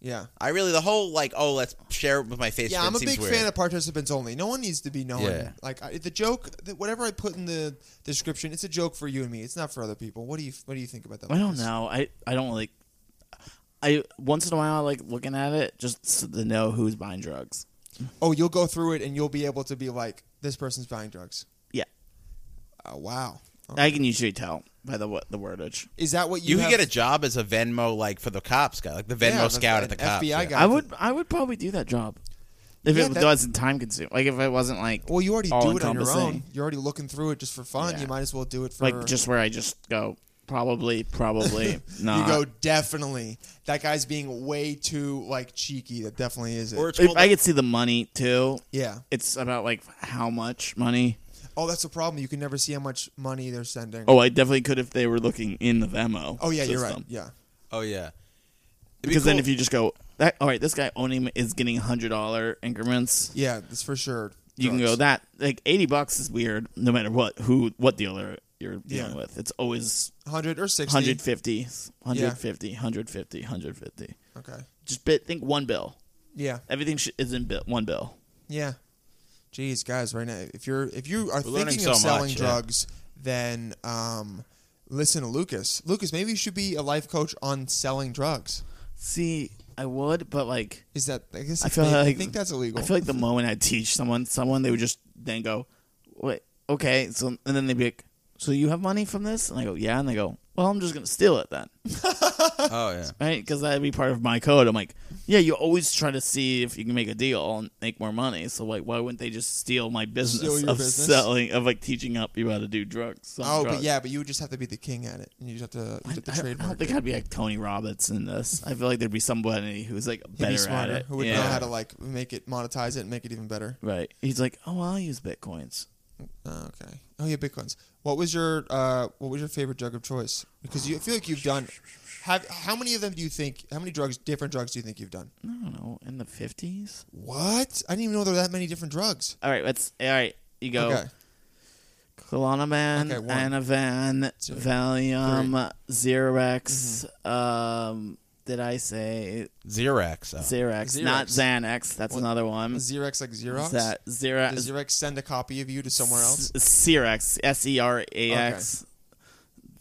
Yeah,
I really the whole like oh let's share it with my Facebook.
yeah. I'm a
seems
big
weird.
fan of participants only. No one needs to be known.
Yeah.
Like I, the joke, that whatever I put in the description, it's a joke for you and me. It's not for other people. What do you What do you think about that?
I don't
Lucas?
know. I I don't like. I once in a while I like looking at it just so to know who's buying drugs.
Oh, you'll go through it and you'll be able to be like, this person's buying drugs.
Yeah,
Oh, wow.
I can usually tell by the what the wordage.
Is that what you?
You could
have-
get a job as a Venmo like for the cops guy, like the Venmo
Yeah, the-
scout at the
an
cops.
FBI
yeah.
guy.
I would I would probably do that job if
Yeah,
it
that-
wasn't time consuming. Like if it wasn't like
Well, you already do it on your own.
all-encompassing.
You're already looking through it just for fun.
Yeah.
You might as well do it for
like just where I just go probably probably
You
not.
go definitely. That guy's being way too like cheeky. That definitely is it.
Or it's
If
called
I could see the money too.
yeah.
It's about like how much money.
Oh, that's the problem. You can never see how much money they're sending.
Oh, I definitely could if they were looking in the Venmo.
Oh, yeah, you're right.
system.
Yeah.
oh yeah. It'd be
Because then
cool-
if you just go, that, all right, this guy only is getting hundred dollar increments.
Yeah, that's for sure.
You can go
Drugs.
that like eighty bucks is weird. No matter what, who, what dealer you're dealing
Yeah.
with, it's always
100 or 60.
150, 150, 150, 150.
Okay.
Just bit, think one bill.
Yeah.
Everything sh- is in bill, one bill.
Yeah. Jeez, guys, right now, if you're if you are
We're learning
thinking
so
of selling
much, yeah.
drugs, then um, Listen to Lucas. Lucas, maybe you should be a life coach on selling drugs.
See, I would, but like,
Is that? I guess
I feel
maybe-
like
I think that's illegal.
I feel like the moment I teach someone, someone they would just then go, "Wait, okay." So and then they'd be like, "So you have money from this?" And I go, "Yeah." And they go, "Well, I'm just gonna steal it then,
Oh yeah.
right?" Because that'd be part of my code. I'm like, "Yeah, you always try to see if you can make a deal and make more money." So like, why wouldn't they just steal my business
Steal your
of
business?
selling of like teaching up people how to do drugs? sell
oh,
drugs.
but yeah, but you would just have to be the king at it, and you just have to, you
I,
just have to
I- I don't
trademark.
think I'd be like Tony Robbins in this. I feel like there'd be somebody who's like
He'd
better
be
at
smarter.
it.
Who would know
Yeah.
how to like make it, monetize it, and make it even better.
Right. He's like, oh, I'll use bitcoins.
Oh, okay. Oh yeah, bitcoins. What was your uh, what was your favorite drug of choice? Because you I feel like you've done. Have how many of them do you think? How many drugs, different drugs, do you think you've done?
I don't know, in the fifties.
What? I didn't even know there were that many different drugs.
All right, let's. All right, you go.
Okay.
Clonamine,
Okay, one.
Anavan,
Two. Mm-hmm.
Valium, Xerox. Um, did I say
Xerox. Oh.
Xerox? Not
Xerox.
Xanax. That's
What-
another one.
Xerox like Xerox.
um, Is that uh, Xerox?
Does Xerox send a copy of you to somewhere else?
Xerox. S E R A X.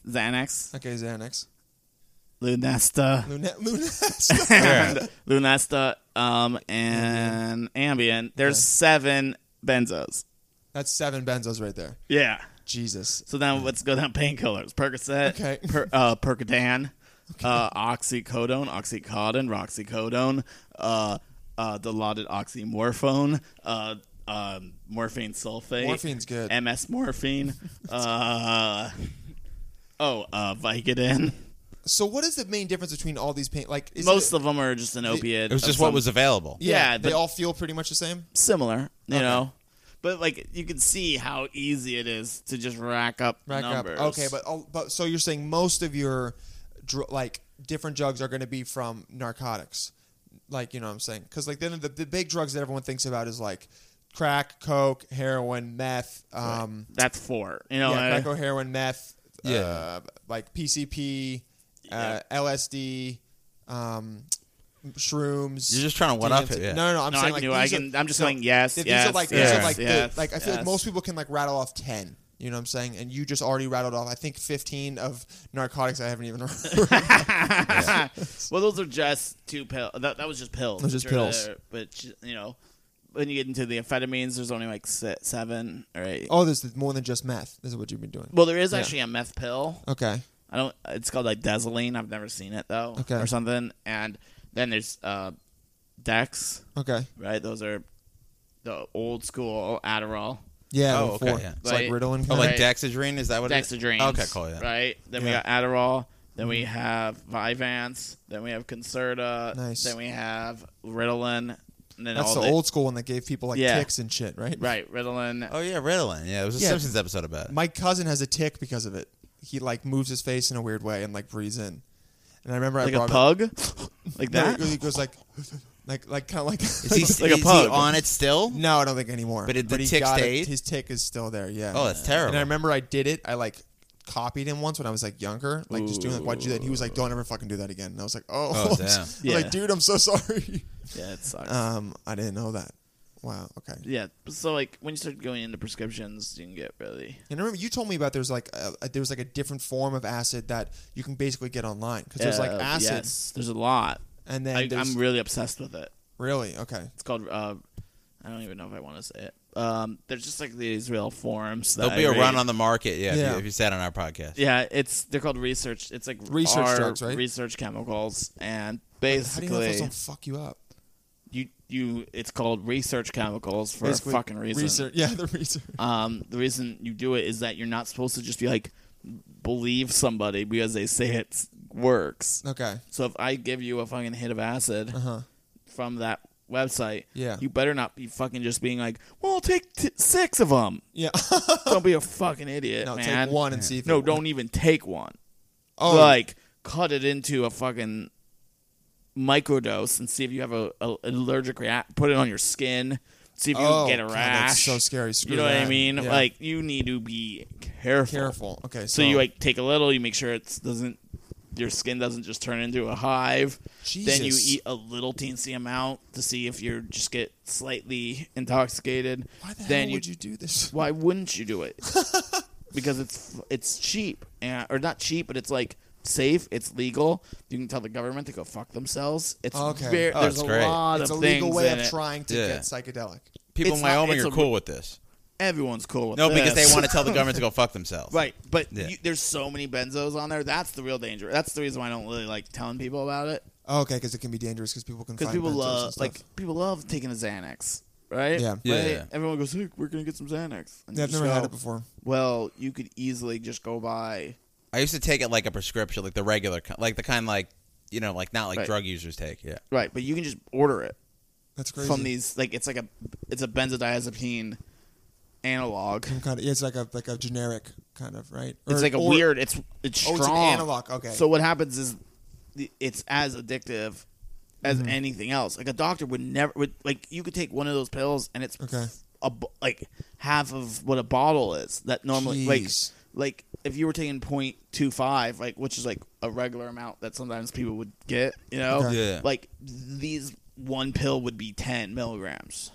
Xanax.
Okay, Xanax.
Lunesta.
Luna- Lunesta.
and Lunesta, um, and Ambien. There's
Okay.
seven benzos.
That's seven benzos right there.
Yeah.
Jesus.
So now let's go down painkillers. Percocet,
Okay.
per, uh, Percodan, uh, oxycodone, oxycodone, roxycodone, uh, uh, dilaudid oxymorphone, uh, um, morphine sulfate,
Morphine's good.
MS morphine, uh, oh, uh, Vicodin.
So what is the main difference between all these pain? Like is
Most
it,
of them are just an opiate.
It was
of
just
some-
what was available.
yeah,
yeah,
they
but-
all feel pretty much the same.
similar, you know. But like you can see how easy it is to just rack up
Rack
numbers.
up. Okay, but all, but so you're saying most of your dr- like different drugs are going to be from narcotics, like you know what I'm saying? Because like then the, the big drugs that everyone thinks about is like crack, coke, heroin, meth. Um,
that's four. You know,
yeah,
I-
crack, coke, heroin, meth.
Yeah.
uh, like PCP, uh, LSD, um, shrooms.
You're just trying to one up
DMT.
it, yeah.
No, no, no, I'm
No, I
saying
can
like
do it. I
these
can-
Are,
I'm just going, yes,
th- These
yes,
are like these
yes,
are like
yes,
the, like I feel like
yes.
most people can like rattle off ten. You know what I'm saying? And you just already rattled off I think 15 of narcotics I haven't even heard.
well, those are just two pills. That, that was just pills.
Those are just
Sure,
pills.
they're- But you know, when you get into the amphetamines, there's only like se- seven or eight.
oh, there's more than just meth. This is what you've been doing.
Well, there is
Yeah.
actually a meth pill.
Okay.
I don't. It's called like Desoline. I've never seen it though,
Okay.
or something. And then there's uh, Dex.
Okay.
Right, those are the old school Adderall.
Yeah. there
Oh,
were
okay,
four.
yeah.
It's like
Right.
Ritalin.
Oh,
kinda?
like
Right.
Dexedrine? Is that what it is?
Dexedrine.
Okay, cool. Yeah.
Right. Then we
Yeah. Mm-hmm.
got Adderall. Then we have Vyvanse. Then we have Concerta.
Nice.
Then we have Ritalin. And then
That's
all
the old school one that gave people like
Yeah.
ticks and shit, right?
Right, Ritalin.
Oh yeah, Ritalin. Yeah, it was a
Yeah.
Simpsons episode about it.
My cousin has a tick because of it. He like moves his face in a weird way and like breathes in. And I remember I
like a
brought it-
pug? like
No,
that?
he goes like, like, like, kind of like.
Is he, is
Like a
he
pug.
on it still?
no, I don't think anymore.
But it- the
he
tick
got it.
stayed?
His tick is still there. Yeah.
Oh, that's terrible.
And I remember I did it. I like copied him once when I was like younger, like just doing like why'd you do that? And he was like, don't ever fucking do that again. And I was like, oh,
Oh,
I'm
damn.
s- I'm
Yeah.
like dude, I'm so sorry.
Yeah, it sucks.
Um, I didn't know that. Wow. Okay.
yeah. So like when you start going into prescriptions, you can get really
And I remember you told me about there's like a, a- there was like a different form of acid that you can basically get online because there's like
Uh,
acid
Yes, there's a lot.
and then
I,
there's
I'm really obsessed with it.
really okay.
It's called uh, I don't even know if I want to say it. Um, there's just like these real forums. That
There'll be
a
a run on the market. Yeah, If,
Yeah.
you, if you sat on our podcast.
Yeah, it's they're called research. It's like
Research
our
drugs, right?
Research chemicals, and
How do you know if
basically
those
you,
don't fuck you up?
you it's called research chemicals for
Basically,
a fucking reason.
Research, yeah, the research.
Um, the reason you do it is that you're not supposed to just be like believe somebody because they say it works.
Okay.
So if I give you a fucking hit of acid
Uh huh.
from that website,
Yeah.
you better not be fucking just being like, well, I'll take t- six of them.
Yeah.
don't be a fucking idiot,
no,
man.
take one and see if
No,
it
don't even take one.
Oh,
like cut it into a fucking microdose and see if you have a, a an allergic react. Put it on your skin, see if you
Oh,
get a
God,
rash.
that's so scary. Screw
you know what
that.
I mean?
Yeah.
Like you need to be careful.
careful. Okay. So,
So you like take a little, you make sure it doesn't. Your skin doesn't just turn into a hive. Then you
Jesus.
eat a little teensy amount to see if you just get slightly intoxicated.
Why the
then
hell would you do this?
Why wouldn't you do it? because it's it's cheap and or not cheap, but it's like safe. It's legal. You can tell the government to go fuck themselves. It's
Okay.
ver-
Oh,
there's
it's
a
great.
lot
It's a
of
legal
things
way
in
of
it.
trying to
Yeah.
get psychedelic.
People
It's
in
not-
Wyoming
it's
are
a-
cool with this.
Everyone's cool with
No, because they
this.
want to tell the government to go fuck themselves.
Right, but
Yeah.
you, there's so many benzos on there. That's the real danger. That's the reason why I don't really like telling people about it
Oh, okay, because it can be dangerous because people can
because
find
people
benzos and
love
stuff.
like people love taking a Xanax, right?
Yeah.
Yeah.
Right? Everyone goes, "Hey, we're gonna get some Xanax." And
Yeah,
you
I've
just
never had
go,
it before.
Well, you could easily just go buy.
I used to take it like a prescription, like the regular, ki- like the kind like you know, like not like
Right.
drug users take. Yeah.
Right, but you can just order it
That's crazy.
from these. Like it's like a it's a benzodiazepine analog.
Some kind of, yeah, it's like a like a generic kind of right.
it's
Or-
like a
or-
weird. It's it's
Oh,
strong.
it's an analog. Okay.
So what happens is, the- it's as addictive as
Mm-hmm.
anything else. Like a doctor would never would like you could take one of those pills and it's
Okay.
a bo- like half of what a bottle is that normally
Jeez.
like like if you were taking 0.25 like which is like a regular amount that sometimes people would get you know
Okay. Yeah.
like these one pill would be 10 milligrams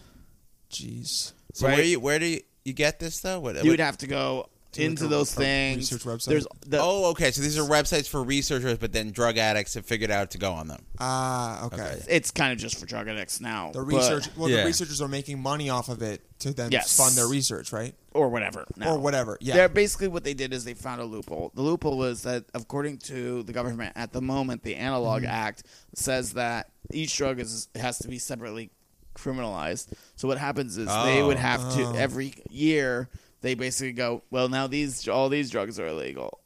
Jeez.
So
Right.
where you where do you, you get this though? What,
you
what-
would have to go
like,
into
a-
those
a
things
research website?
there's the,
oh, okay. So these are websites for researchers, but then drug addicts have figured out to go on them.
Ah, okay.
Okay.
it's kind of just for drug addicts now.
The
but-
research. well,
Yeah.
the researchers are making money off of it to then
Yes.
fund their research, right?
or whatever, now.
Or whatever. Yeah.
They're basically what they did is they found a loophole. The loophole was that, according to the government at the moment, the Analog
Mm-hmm.
Act says that each drug is has to be separately criminalized. So what happens is they
Oh.
would have to every year they basically go, well, now these all these drugs are illegal,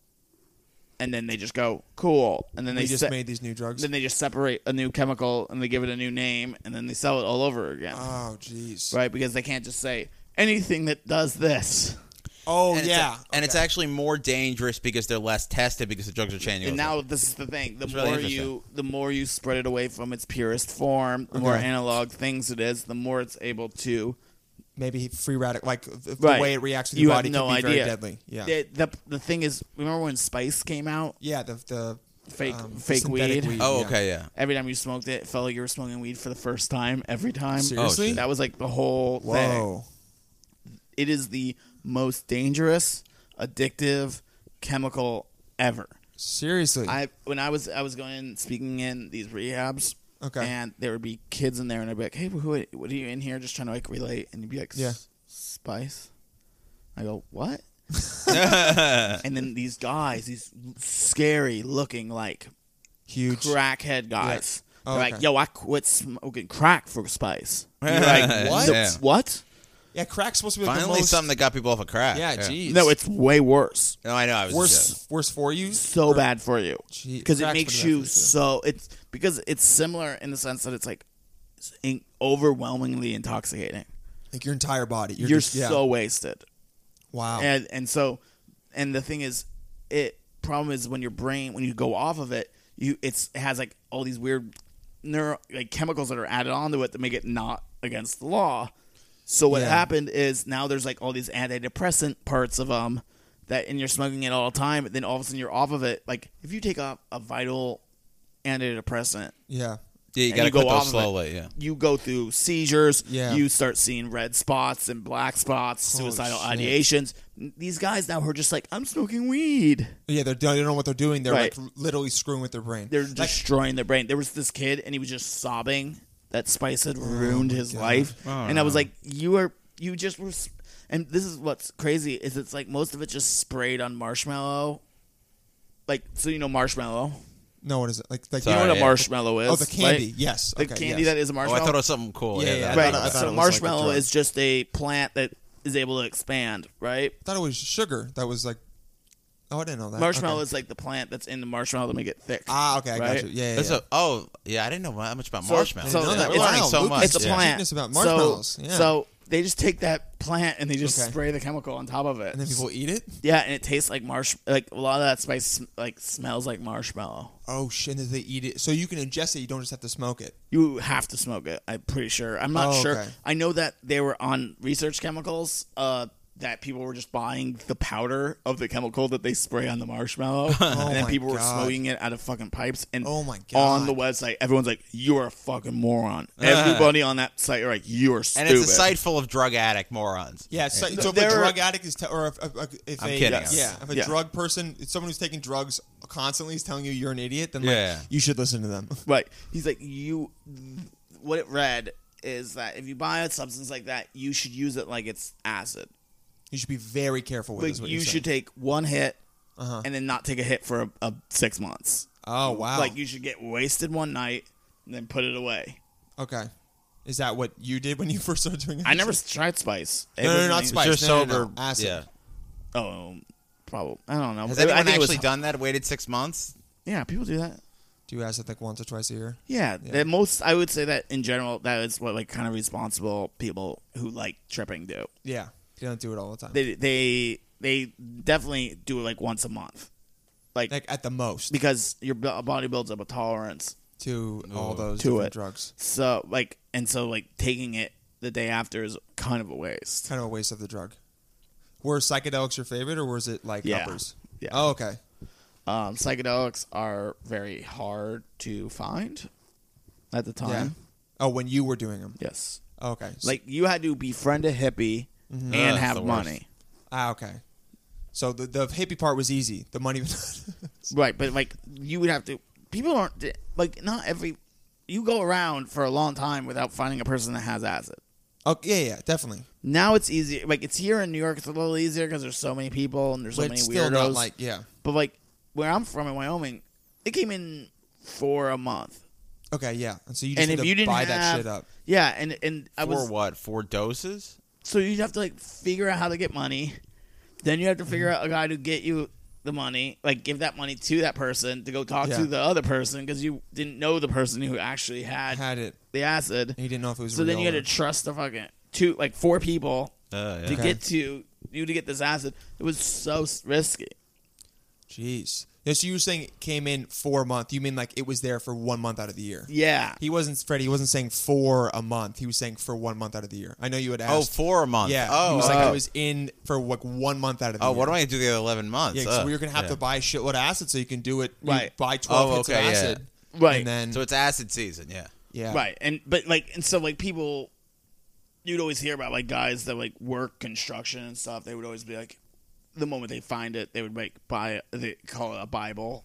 and then they just go cool, and then
we
they
just
se-
made these new drugs.
then they just separate a new chemical and they give it a new name, and then they sell it all over again.
oh, jeez.
right? Because they can't just say anything that does this.
Oh,
and
yeah.
It's, and it's
Okay.
actually more dangerous because they're less tested because the drugs are changing.
And
all
now
the time.
this is the thing: the
It's
more
really
you, the more you spread it away from its purest form, the more
Okay.
analog things it is, the more it's able to.
maybe free radical, like the, the
Right.
way it reacts to the
You have
body can
no
be
idea.
very deadly. Yeah.
The, the the thing is, remember when Spice came out?
yeah. The the
Fake-
um,
fake
synthetic
weed.
Oh,
yeah.
okay, yeah.
Every time you smoked it, it felt like you were smoking weed for the first time. Every time,
Seriously?
shit.
that was like the whole thing.
Whoa.
It is the most dangerous, addictive chemical ever.
Seriously.
I when I was I was going in speaking in these rehabs.
Okay.
And there would be kids in there, and I'd be like, "Hey, who? What are you in here? Just trying to like relate?" And you'd be like,
Yeah.
"S- Spice." I go, "What?" and then these guys, these scary looking like
Huge.
crackhead guys,
Oh,
they're like,
okay.
"Yo, I quit smoking crack for Spice." And you're like, "What?
Yeah.
What?
Yeah, crack's supposed to be like
Finally,
the most,
something that got people off a of crack.
Yeah, jeez.
No, it's way worse.
No, I know. I was
worse.
just
Worse for you.
so bad for you
Gee,
because it
crack's
makes
pretty bad
you
for you, too.
so it's because it's similar in the sense that it's like s- in- overwhelmingly intoxicating.
Like your entire body. You're,
You're,
just, yeah.
so wasted,
wow.
and and so and the thing is, it problem is when your brain when you go off of it, you it's it has like all these weird neuro like chemicals that are added onto it that make it not against the law. So what
Yeah.
happened is now there's like all these antidepressant parts of them that, and you're smoking it all the time. But then all of a sudden you're off of it. Like if you take off a vital antidepressant,
yeah.
yeah. You
and
got to
you go
quit
off
those
of it.
slowly. Yeah. Oh,
you go through seizures.
Yeah.
You start seeing red spots and black spots,
Holy
suicidal
shit.
ideations. These guys now who are just like, I'm smoking weed.
Yeah, they're, they don't know what they're doing. They're
Right.
like literally screwing with their brain.
They're
like,
destroying their brain. There was this kid and he was just sobbing that Spice
Oh
had ruined his
God.
life. and I was like, you are, you just were. s- And this is what's crazy is it's like most of it just sprayed on marshmallow. Like, so you know marshmallow.
no, what is it? Like, like
You know
Sorry,
what a
yeah.
marshmallow is?
oh, the candy.
right?
Yes,
The
okay,
candy
yes.
that is a
Oh,
marshmallow.
I thought it was something cool.
Yeah,
Yeah.
yeah,
yeah,
I
right.
thought- I thought it
so
was like a
marshmallow
drug.
is just a plant that is able to expand, right?
I thought it was sugar. That was like, oh, I didn't know that.
Marshmallow
Okay.
is like the plant that's in the marshmallow to make it thick.
Ah, okay, I
right?
got you. Yeah, yeah.
That's
yeah.
a, oh, yeah. I didn't know that much about
So-
marshmallows.
so-
Yeah,
No,
we're
it's-
learning
wow,
so
Luke
much.
is
it's a
Yeah.
plant.
Genius about
So-
marshmallows,
So,
yeah.
they just take that plant and they just
Okay.
spray the chemical on top of it.
and then people eat it.
yeah, and it tastes like marsh. Like a lot of that spice, sm- like smells like marshmallow.
Oh shit! And then they eat it, so you can ingest it. You don't just have to smoke it.
You have to smoke it. I'm pretty sure. I'm not
Oh,
sure.
okay.
I know that they were on research chemicals. Uh, that people were just buying the powder of the chemical that they spray on the marshmallow, and then
Oh my
people were
God.
smoking it out of fucking pipes. And
Oh my
on
God.
the website, everyone's like, "You're a fucking moron." Everybody on that site are like, "You're
and
stupid."
it's a site full of drug addict morons.
Yeah, so, so if
There
a
are-
drug addict is, te- or if, if, if
I'm
a
kidding.
yeah, if a
Yeah.
drug person, if someone who's taking drugs constantly is telling you you're an idiot, then
Yeah.
like you should listen to them.
Right. He's like, you. What it read is that if you buy a substance like that, you should use it like it's acid.
You should be very careful with.
Like
is what
you
you're
should
saying. Uh-huh.
take one hit and then not take a hit for a, a six months.
Oh wow.
Like you should get wasted one night and then put it away.
Okay. Is that what you did when you Uh. first started doing?
I never
acid?
tried spice. It
No, no, no,
wasn't
not
even-
spice.
You're
no, no, no,
sober.
no. Acid.
Yeah.
Oh, probably. I don't know.
Has
I
anyone
think it was-
actually done that? Waited six months?
Yeah, people do that.
Do you acid like once or twice a year?
Yeah, the most I would say that in general, that is what like kind of responsible people who like tripping do.
Yeah. You don't do it all the time.
they they they definitely do it like once a month, like,
like at the most
because your bu- body builds up a tolerance.
to all those
To
different
it.
drugs.
So like and so like taking it the day after is kind of a waste.
Kind of a waste of the drug. Were psychedelics your favorite, or was it like
Yeah.
uppers?
Yeah.
Oh, okay.
Um, psychedelics are very hard to find at the time.
Oh, when you were doing them.
Yes,
Okay. So-
like you had to befriend a
Ugh,
hippie
Mm-hmm.
and
it's
have
the worst.
money,
Ah, okay. So the the hippie part was easy. The money. was-
right? But like you would have to. People aren't like not every. You go around for a long time without finding a person that has acid.
oh yeah, yeah, definitely.
Now it's easier. Like it's here in New York, it's a little easier because there's so many people and there's so
But
many
it's still
weirdos.
not like yeah.
but like where I'm from in Wyoming, it came in for a month.
Okay, yeah. And so you just
And
had
if
to
you didn't
buy
have-
that shit up.
Yeah, and and I
For
was
what? Four doses?
so you'd have to like figure out how to get money. Then you have to figure
Mm-hmm.
out a guy to get you the money, like give that money to that person to go talk
Yeah.
to the other person because you didn't know the person who actually had,
Had it.
the acid.
And you didn't know if it was.
So then
real
you had to
or-
trust the fucking two, like four people
Uh,
to
Okay.
get to you to get this acid. It was so s- risky.
Jeez. Yeah, so you were saying it came in for a month. You mean like it was there for one month out of the year?
Yeah.
He wasn't Freddie. He wasn't saying for a month. He was saying for one month out of the year. I know you had
Oh,
asked.
four a month.
Yeah.
Oh,
he was like
okay.
it was in for like one month out of the
oh,
year.
what do I do the other eleven months?
Yeah, so
Ugh.
we were gonna have to buy a shitload of acid so you can do it. you
Right.
buy twelve
Oh,
hits
okay,
of
yeah.
acid.
Right.
And then
So it's acid season. Yeah.
yeah.
Right. And but like and so like people you'd always hear about like guys that like work construction and stuff, they would always be like the moment they find it, they would like buy they call it a Bible.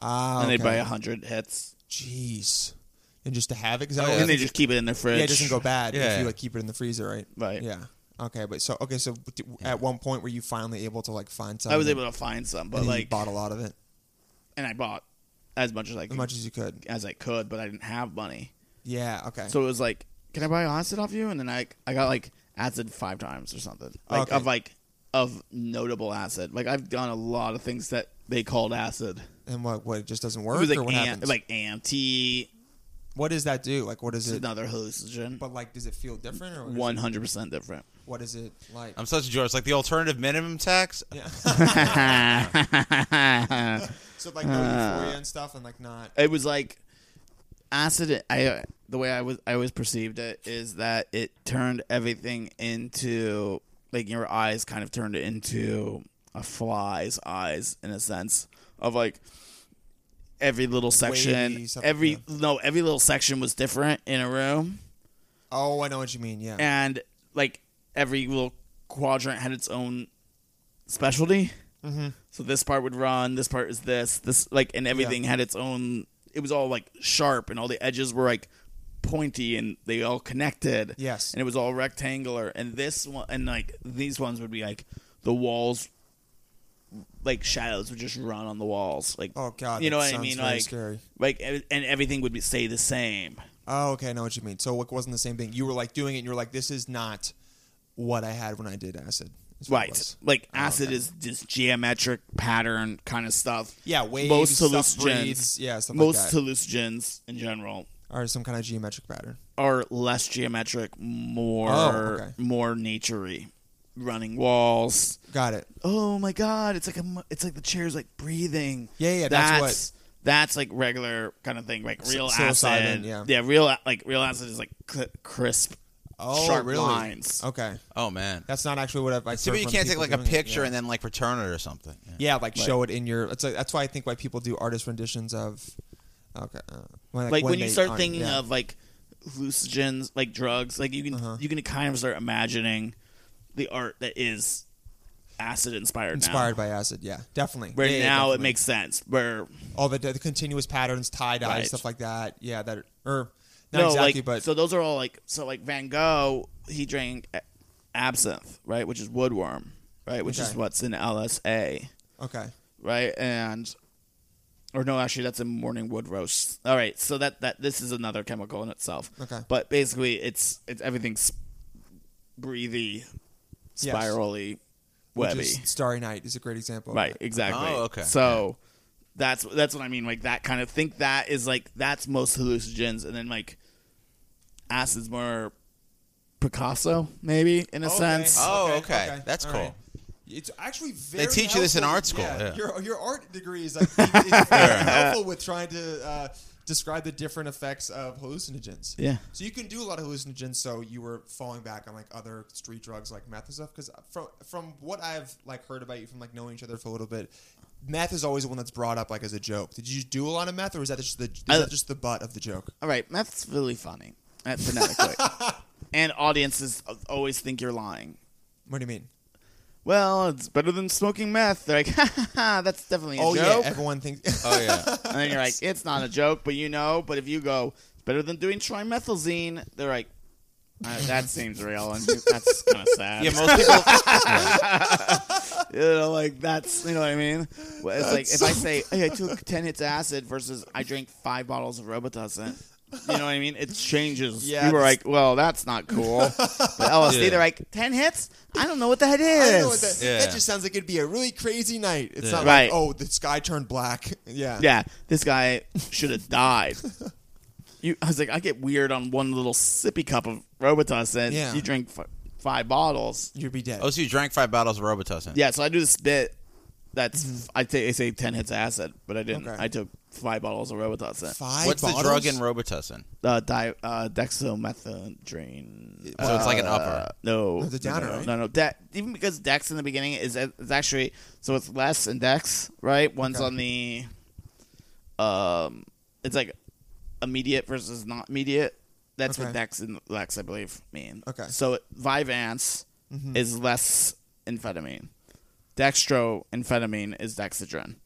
Ah.
And they'd
okay.
buy a hundred hits.
Jeez. And just to have it because I
yeah.
don't
And they
think
just keep it in their fridge.
yeah, it doesn't go bad
Oh, Yeah.
if you like keep it in the freezer, right?
Right.
Yeah. Okay, but so okay, so d- at one point were you finally able to like find something?
I was able to find some, but
and you
like
bought a lot of it
and I bought as much as I
as
could,
much as you could.
as I could, but I didn't have money.
Yeah. Okay.
So it was like, can I buy acid off you? And then I I got like acid five times or something. Like
Okay.
of like of notable acid. Like I've done a lot of things that they called acid.
and what what it just doesn't
It
work
was like
or what
am-
happens?
like AMT,
what does that do? Like what
it's
is it?
another hallucinogen.
But like, does it feel different or what is
One
it-
hundred percent different.
What is it like?
I'm such a jerk. It's like the alternative minimum tax.
yeah.
it
so like no euphoria and stuff, and like not.
was like acid. I the way I was I always perceived it is that it turned everything into like your eyes kind of turned into a fly's eyes in a sense of like every little section
Wavy, something,
every
yeah.
no every little section was different in a room
Oh, I know what you mean. Yeah.
and like every little quadrant had its own specialty. Mm-hmm. So this part would run. This part is this. This like and everything had its own. It was all like sharp, and all the edges were like pointy, and they all connected.
Yes.
and it was all rectangular. And this one, and like these ones would be like the walls, like shadows would just run on the walls. Like
Oh, God,
you know
that
what I
sounds
mean?
very
Like
scary.
like and and everything would be stay the same.
Oh, okay. I know what you mean. So like, wasn't the same thing. You were like doing it. and You were like, this is not what I had when I did acid. is what it
Right.
was.
Like acid is just geometric pattern kind of stuff.
Yeah, waves,
most
stuff
hallucinogens,
breeds, yeah, stuff like
most
that.
hallucinogens in general
Or some kind of geometric pattern.
are less geometric, more
Oh, okay.
more naturey. Running walls.
Got it.
Oh my god! It's like a mu- it's like the chair's like breathing.
Yeah, yeah, that's what-
That's like regular kind of thing, like real
psilocybin,
acid.
yeah.
real a- like real acid is like cl- crisp
Oh,
sharp
really?
lines.
Okay,
Oh man.
that's not actually what I've. I've
See,
heard
but you
from
can't take
people
like a
doing it,
picture
yeah.
and then like return it or something. Yeah.
yeah, like show it in your. That's like, that's why I think why people do artist renditions of. Okay, uh,
Like when
they
you start
aren't-
thinking
yeah. Uh-huh.
of like hallucinogens, like drugs, like you can you can kind of start imagining the art that is acid inspired.
inspired
now.
by acid, yeah, definitely.
Where
Yeah, yeah,
now it
definitely.
makes sense. Where
all the, the continuous patterns, tie dye
Right.
stuff like that. Yeah, that or not
no,
exactly,
like
but
so those are all like so like Van Gogh he drank a- absinthe, right, which is woodworm, right, which is
Okay.
what's in LSA,
okay,
right, and or no, actually that's a morning wood roast. All right, so that that this is another chemical in itself.
Okay.
but basically it's it's everything's breathy,
Yes.
spirally,
Which
webby,
is Starry Night is a great example. of
Right,
that.
exactly.
Oh, okay.
So that's that's what I mean. Like that kind of think that is like that's most hallucinogens, and then like acid's more Picasso, maybe in a
Okay.
sense.
Oh, okay. That's
All
cool.
It's actually very.
teach you this in
helpful.
art school, yeah.
Your your art degree is like is very helpful with trying to uh, describe the different effects of hallucinogens.
Yeah.
So you can do a lot of hallucinogens. So you were falling back on like other street drugs like meth and stuff. Because from from what I've like heard about you from like knowing each other for a little bit. Meth is always the one that's brought up like as a joke. Did you do a lot of meth, or is that just the is
I-
that just the butt of the joke?
All right, that's really funny uh, phonetically, and audiences always think you're lying.
What do you mean?
Well, it's better than smoking meth. They're like, ha ha, ha that's definitely a
Oh
joke.
yeah, everyone thinks.
Oh yeah.
and then you're like, it's not a joke, but you know. But if you go, it's better than doing trimethylzine. They're like, "Uh, that seems real, and you- that's kind of sad.
Yeah, most people
you know, like that's you know what I mean. Well, It's like if I say hey, I took ten hits of acid versus I drank five bottles of Robitussin. You know what I mean? It changes.
Yeah,
People are
that's-
like, well, that's not cool. But LSD,
Yeah.
they're like, ten hits? I don't know what that is.
I know what that,
Yeah.
that just sounds like it'd be a really crazy night. It's
Yeah.
not
Right.
like, oh, the sky turned black. Yeah.
yeah, this guy should have died. You, I was like, I get weird on one little sippy cup of Robitussin.
Yeah.
You drink f- five bottles.
You'd be dead.
Oh, so you drank five bottles of Robitussin.
Yeah, so I do this bit. That's I ta- I say ten hits of acid, but I didn't.
Mm-hmm. Okay.
I took five bottles of Robitussin.
Five
What's the
bottles?
drug in Robitussin?
Uh, di- uh, dexamethadrine.
So it's like an
Uh,
upper.
no,
It's a Oh,
no,
downer,
no,
right?
no, no. De- even because Dex in the beginning is is actually so it's less and Dex, right? One's
Okay.
on the, um, it's like immediate versus not immediate. That's what
Okay.
Dex and Lex, I believe, mean.
Okay. Mm-hmm.
So it- Vyvanse is less amphetamine. Dextroamphetamine is Dexedrine.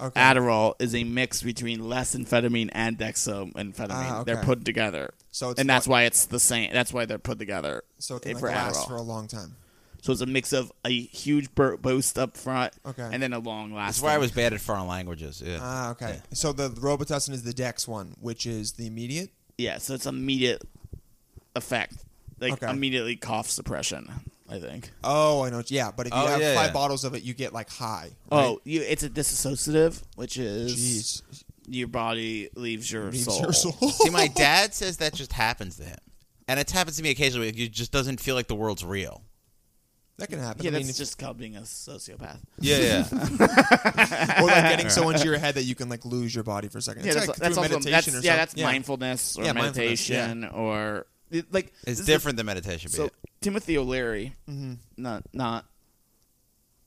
Okay.
Adderall is a mix between less amphetamine and dexamphetamine.
Ah,
They're
okay.
put together.
So it's
and that's
not-
why it's the same. That's why they're put together.
so it can
eh,
like,
for
last
Adderall.
for a long time.
so it's a mix of a huge bur- boost up front,
Okay.
and then a long last.
That's why I was bad at foreign languages. Yeah.
Ah, okay. So the Robitussin is the Dex one, which is the immediate.
Yeah, so it's immediate effect, like
Okay.
immediately cough suppression. I think.
Oh, I know. Yeah, but if you
Oh,
have
yeah,
five
yeah.
bottles of it, you get like high. Right?
Oh, you, it's a disassociative, which is
jeez.
your body leaves your
Leaves
soul.
your soul.
See, my dad says that just happens to him, and it happens to me occasionally. It just doesn't feel like the world's real.
that can happen.
Yeah,
I mean,
that's
if-
just called being a sociopath.
Yeah, yeah.
or like getting so into your head that you can like lose your body for a second.
Yeah,
It's
that's,
like
that's
through
also
meditation
that's,
or something.
yeah, that's mindfulness or
Yeah, mindfulness, yeah.
meditation or it- like this
it's
is
different than meditation.
the-
but
so
yeah.
Timothy O'Leary,
Mm-hmm.
not not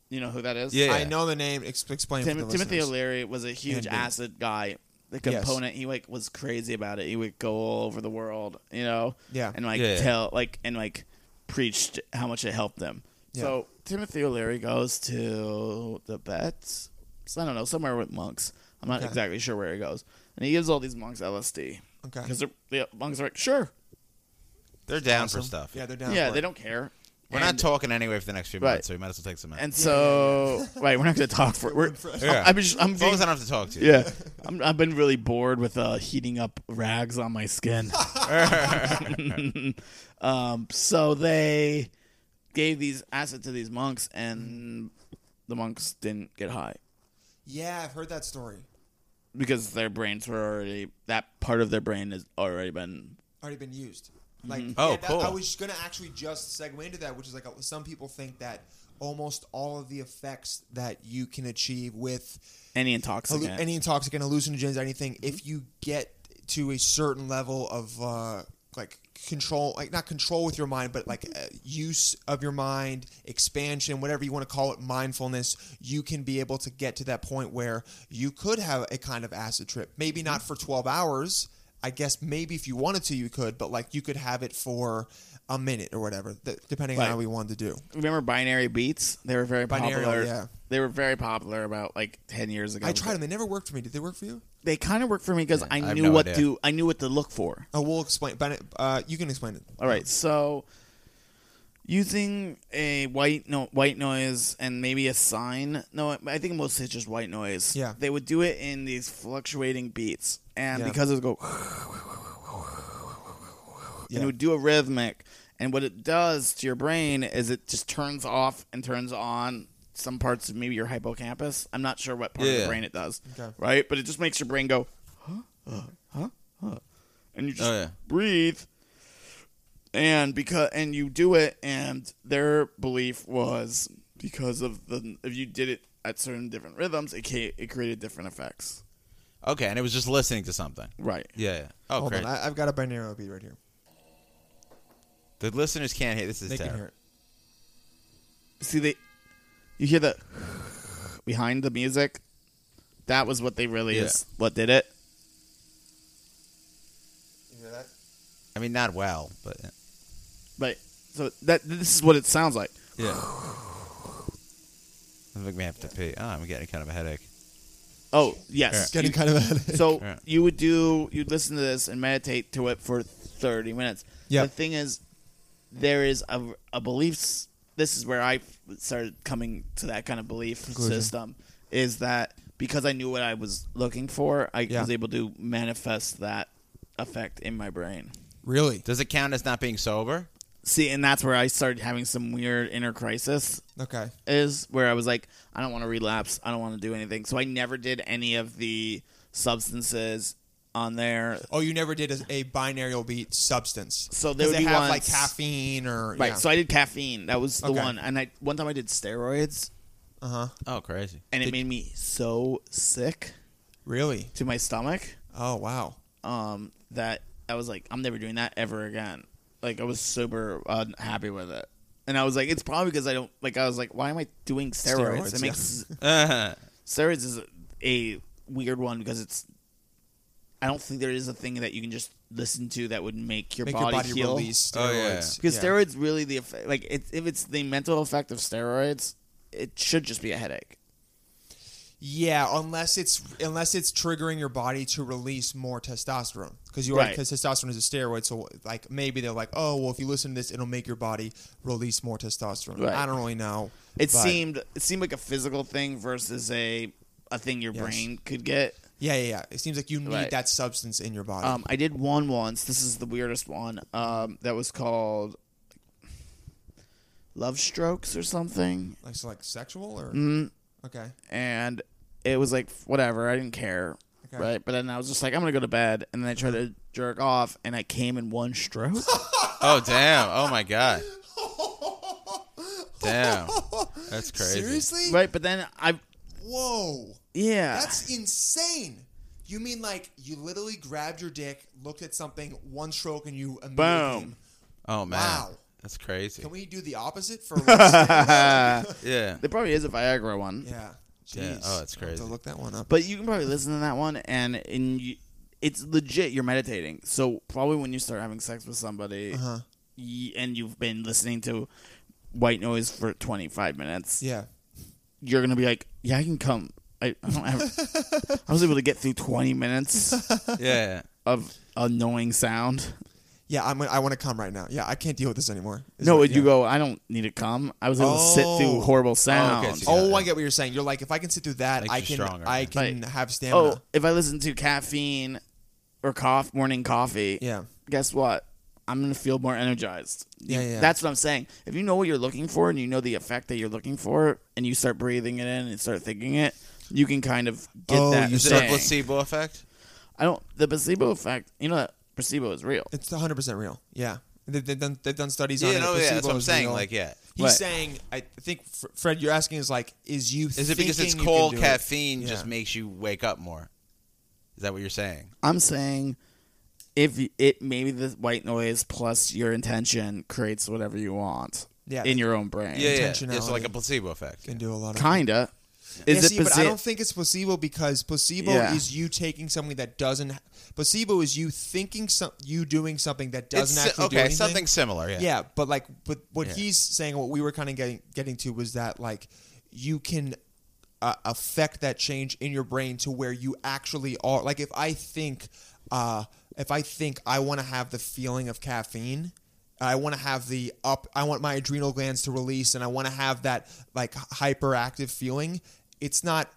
you know who that is?
Yeah,
I know the name. Ex- explain.
Tim-
for the
Timothy
listeners.
O'Leary was a huge
And big.
acid guy. The
Yes.
component he like was crazy about it. He would go all over the world, you know,
Yeah.
and like
Yeah.
tell like and like preached how much it helped them.
Yeah.
So Timothy O'Leary goes to Tibet. So I don't know somewhere with monks. I'm not
Okay.
exactly sure where he goes, and he gives all these monks LSD.
Okay.
because the monks are like, sure,
They're down for
Awesome.
stuff.
Yeah, they're down.
yeah,
for
they
it.
don't care.
We're
and,
not talking anyway for the next few
Right.
months, so we might as well take some out.
and so right, we're not going to talk for. We're,
Yeah.
I'm just, I'm
as long
being
as I don't have to talk to you.
Yeah, I'm, I've been really bored with uh, heating up rags on my skin. um, so they gave these acid to these monks, and the monks didn't get high
Yeah, I've heard that story.
because their brains were already that part of their brain has already been
already been used. Like,
Oh,
yeah, that-
cool.
I was gonna actually just segue into that, which is like uh, some people think that almost all of the effects that you can achieve with
any
hallu-
intoxicant.
any intoxicant, hallucinogens, anything, if you get to a certain level of uh, like control like not control with your mind but like uh, use of your mind expansion whatever you want to call it mindfulness you can be able to get to that point where you could have a kind of acid trip maybe not for 12 hours i guess maybe if you wanted to you could but like you could have it for a minute or whatever th- depending
Right.
on how we wanted to do
Remember binary beats? They were very
Binaural,
popular.
yeah.
They were very popular about like ten years ago.
i tried them they never worked for me did they work for you
They kind of worked for me because I
I have
knew
no
what
idea.
to I knew what to look for.
oh we'll explain but uh, you can explain it
All right, so using a white no white noise and maybe a sign. No, I think mostly it's just white noise.
Yeah.
they would do it in these fluctuating beats, and
Yeah.
because it would go, and
Yeah.
it would do a rhythmic. And what it does to your brain is it just turns off and turns on some parts of maybe your hippocampus. I'm not sure what part of
Yeah.
the brain it does,
Okay.
right? But it just makes your brain go, uh, huh, huh, huh, huh. and you just
Oh, yeah.
breathe and because and you do it and their belief was because of the if you did it at certain different rhythms it ca- it created different effects
Okay, and it was just listening to something.
right
Yeah. yeah. Oh,
hold
great.
on I, i've got a binaural beat right here
the listeners can't hear. This is
they can
terrible.
hear it
see they you hear the behind the music that was what they really
Yeah.
is what did it
you hear that
I mean, not well, but
but so that this is what it sounds like
yeah. I think we have to pee. Oh, I'm getting kind of a headache.
oh yes
it's getting kind of a
So
Yeah.
you would do you'd listen to this and meditate to it for thirty minutes.
Yeah.
The thing is, there is a, a belief. s- This is where I started coming to that kind of belief system. Is that because I knew what I was looking for, I
Yeah.
was able to manifest that effect in my brain.
really
Does it count as not being sober?
See, and that's where I started having some weird inner crisis.
okay
Is where I was like, I don't want to relapse. I don't want to do anything. So I never did any of the substances on there
Oh, you never did a, a binaural beat substance.
So there
'Cause
would
they
be
have
ones-
like caffeine or
Right. So I did caffeine. That was the
Okay.
one. And I one time I did steroids,
uh huh.
Oh, crazy.
and it made me so sick
Really?
to my stomach
Oh wow.
um, that I was like, I'm never doing that ever again. Like I was super unhappy with it, and I was like, it's probably because I don't like. I was like, why am I doing steroids?
Steroids,
it
yeah.
makes
Uh,
steroids is a, a weird one because it's. I don't think there is a thing that you can just listen to that would make your,
Make
body,
your body
heal.
release
Oh, yeah.
steroids.
Because
Yeah.
steroids really the effect, like it, if it's the mental effect of steroids, it should just be a headache.
Yeah, unless it's unless it's triggering your body to release more testosterone because you are
Right.
because testosterone is a steroid. So like maybe they're like, oh well, if you listen to this, it'll make your body release more testosterone.
Right.
I don't really know.
It
but-
seemed it seemed like a physical thing versus a a thing your
Yes.
brain could get.
Yeah, yeah, yeah. It seems like you need
Right.
that substance in your body.
Um, I did one once. This is the weirdest one. Um, that was called love strokes or something,
like so, like sexual or okay.
and it was like whatever. I didn't care.
Okay.
Right, but then I was just like, I'm gonna go to bed, and then I tried to jerk off, and I came in one stroke.
oh, damn. Oh my god. Damn. That's crazy.
Seriously?
right, but then I,
Whoa.
yeah,
That's insane. You mean like you literally grabbed your dick, looked at something, one stroke, and you immediately.
Boom.
Oh man.
Wow.
That's crazy.
Can we do the opposite for? yeah.
yeah.
There probably is a Viagra one,
Yeah.
Jeez.
Oh, that's
I'll have
crazy.
to look that one up.
but you can probably listen to that one, and in you, it's legit. You're meditating, so probably when you start having sex with somebody,
Uh-huh.
y- and you've been listening to white noise for 25 minutes,
yeah.
you're gonna be like, "Yeah, I can come. I, I don't have. I was able to get through 20 minutes
Yeah.
of annoying sound.
Yeah, I'm. I want to come right now. Yeah, I can't deal with this anymore. Is
no,
what-
you
yeah.
go. I don't need to come. I was able to sit
Oh.
through horrible sound.
okay,
Oh,
so
Oh,
Yeah,
I
yeah.
get what you're saying. You're like, if I can sit through that, oh.
Makes
I
you
can.
stronger,
I
yeah.
can
Right.
have stamina.
Oh, if I listen to caffeine or cough morning coffee,
Yeah.
guess what? I'm gonna feel more energized. You-
Yeah, yeah.
That's what I'm saying. If you know what you're looking for and you know the effect that you're looking for, and you start breathing it in and start thinking it, you can kind of get
Oh,
that.
you
Is it a
thing.
placebo effect?
I don't. The placebo effect. You know that placebo is real.
It's 100 percent real. Yeah, they, they've done they've done studies on
Yeah.
it.
No. Yeah. That's
Placebo
what I'm
is
saying.
real.
Like, yeah.
he's
Right.
saying, I think Fr- Fred, you're asking is like, is you
Is it because it's
thinking you can
cold
do it?
caffeine
Yeah.
just makes you wake up more? Is that what you're saying?
I'm saying if you- it maybe the white noise plus your intention creates whatever you want
Yeah.
in your own brain.
Yeah, yeah. yeah.
Intentionality.
It's like a placebo effect.
Can do a lot of
Kinda. Is
yeah,
it
see, but I
posi-
don't think it's placebo because placebo
Yeah.
is you taking something that doesn't. Placebo is you thinking some, you doing something that
It's
doesn't
si-
actually do
okay,
anything.
something similar. Yeah.
Yeah, but like, but what
Yeah.
he's saying, what we were kind of getting getting to was that like you can uh, affect that change in your brain to where you actually are. Like, if I think, uh, if I think I want to have the feeling of caffeine. I want to have the up. I want my adrenal glands to release, and I want to have that like hyperactive feeling. It's not.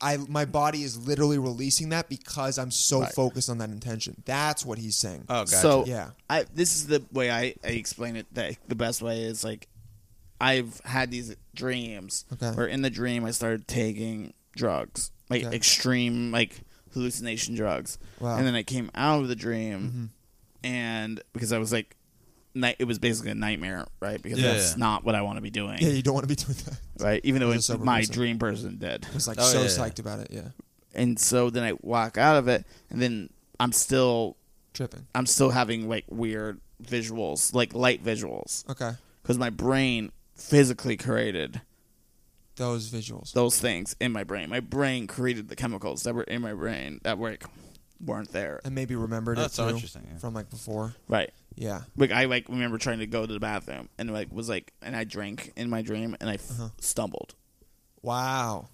I my body is literally releasing that because I'm so focused on that intention. That's what he's saying.
Oh, gotcha.
So
Yeah.
I this is the way I, I explain it. That the best way is like I've had these dreams
Okay.
where in the dream I started taking drugs, like
Okay.
extreme like hallucination drugs,
Wow. Mm-hmm.
and then I came out of the dream, and because I was like, night it was basically a nightmare, right? Because
Yeah.
that's not what I want to be doing,
yeah, you don't want to be doing that.
right? Even though
As a
it's
sober
my
person.
dream person did,
was like
Oh,
so
yeah, yeah.
psyched about it. Yeah,
and so then I walk out of it, and then I'm still
tripping.
I'm still having like weird visuals, like light visuals,
Okay,
because my brain physically created
those visuals.
those things in my brain. My brain created the chemicals that were in my brain that were, like, weren't there.
And maybe remembered it
Oh, That's so
too
interesting, yeah.
from like before.
Right.
Yeah,
Like I like remember trying to go to the bathroom and like was like and I drank in my dream and I f-
Uh-huh.
stumbled.
wow.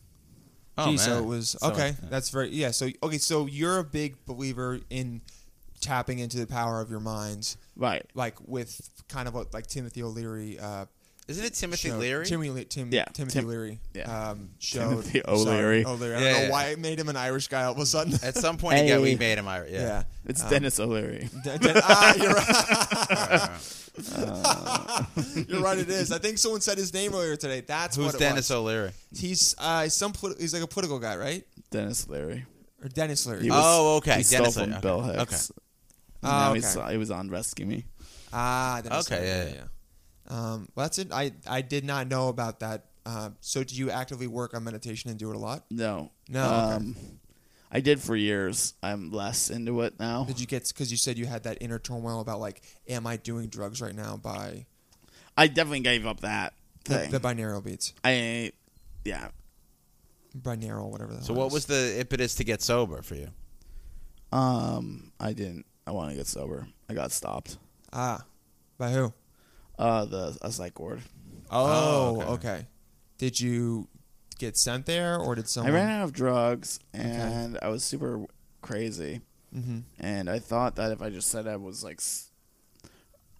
Oh,
Gee,
man.
so it was
So
okay.
much-
That's very yeah. So okay, so you're a big believer in tapping into the power of your mind,
Right.
like with kind of what like Timothy O'Leary. Uh,
Isn't it Timothy
showed-
Leary?
Timmy, Le- Tim,
Yeah,
Timothy
Tim-
Leary.
yeah.
Um, showed,
Timothy
sorry,
O'Leary.
O'Leary. I
Yeah,
don't
yeah.
know why it made him an Irish guy all of a sudden.
At some point, yeah,
Hey.
we made him Irish. Yeah.
yeah. Um,
It's Dennis O'Leary.
D- d- ah, you're right. you're right. It is. I think someone said his name earlier today. That's
ah, Who's
what it
Dennis
was.
O'Leary?
He's uh, some. polit- he's like a political guy, right?
Dennis O'Leary.
Or Dennis Leary.
He was-
Oh, okay.
He
Dennis
stole from
O'Leary.
Bill
Okay.
Hicks.
Oh,
now
okay.
he's, he was on Rescue Me.
ah, Dennis
Okay,
Leary,
yeah, yeah.
Um, well, that's it. I I did not know about that. Uh, so, do you actively work on meditation and do it a lot?
No. Um,
No, okay.
I did for years. I'm less into it now.
Did you get because you said you had that inner turmoil about like, am I doing drugs right now? By
I definitely gave up that
the,
thing.
the binaural beats,
I yeah.
binaural, whatever. That
So what was the impetus to get sober for you?
Um I didn't I want to get sober. I got stopped.
ah by who?
Uh the a psych ward.
Oh,
Oh,
okay.
okay.
Did you get sent there, or did
I
someone?
ran out of drugs and I was super crazy.
Mhm.
And I thought that if I just said I was like s-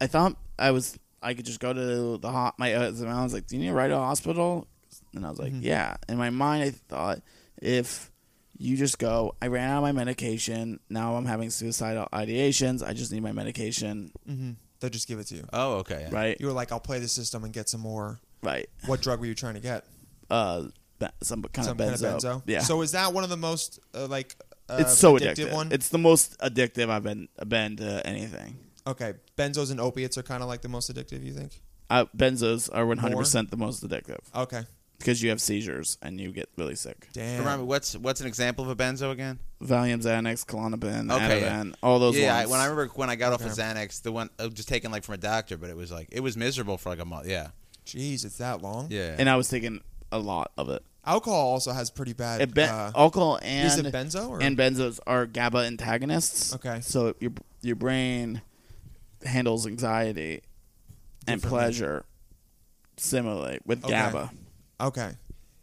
I thought I was I could just go to the hot my uh, I was like, "Do you need to ride to a hospital?" And I was
Mm-hmm.
like, "Yeah." In my mind I thought if you just go, I ran out of my medication. Now I'm having suicidal ideations. I just need my medication.
Mhm. They'll just give it to you.
Uh,
Oh, okay. yeah.
Right?
You were like, I'll play the system and get some more.
Right.
What drug were you trying to get?
uh be- some kind
Some
of
kind
benzo.
of benzo.
Yeah.
So is that one of the most uh, like? Uh,
it's so
addictive,
addictive.
One.
It's the most addictive I've been been to anything.
okay. Benzos and opiates are kind of like the most addictive. You think?
Uh, benzos are 100% the most addictive
Okay.
because you have seizures and you get really sick.
Damn.
Remember what's what's an example of a benzo again?
Valium, Xanax, Klonopin,
Okay, yeah.
Ativan, all those
yeah, I-
ones.
when I remember when I got off of
Okay.
Xanax, the one I was just taken like from a doctor, but it was like it was miserable for like a month. Yeah,
Jeez, it's that long.
yeah.
and I was taking a lot of it.
Alcohol also has pretty bad.
it ben-
uh,
alcohol
is it
and
benzo or
and benzos are GABA antagonists.
Okay.
So your your brain handles anxiety and
Differently.
pleasure similarly with
Okay.
GABA.
Okay.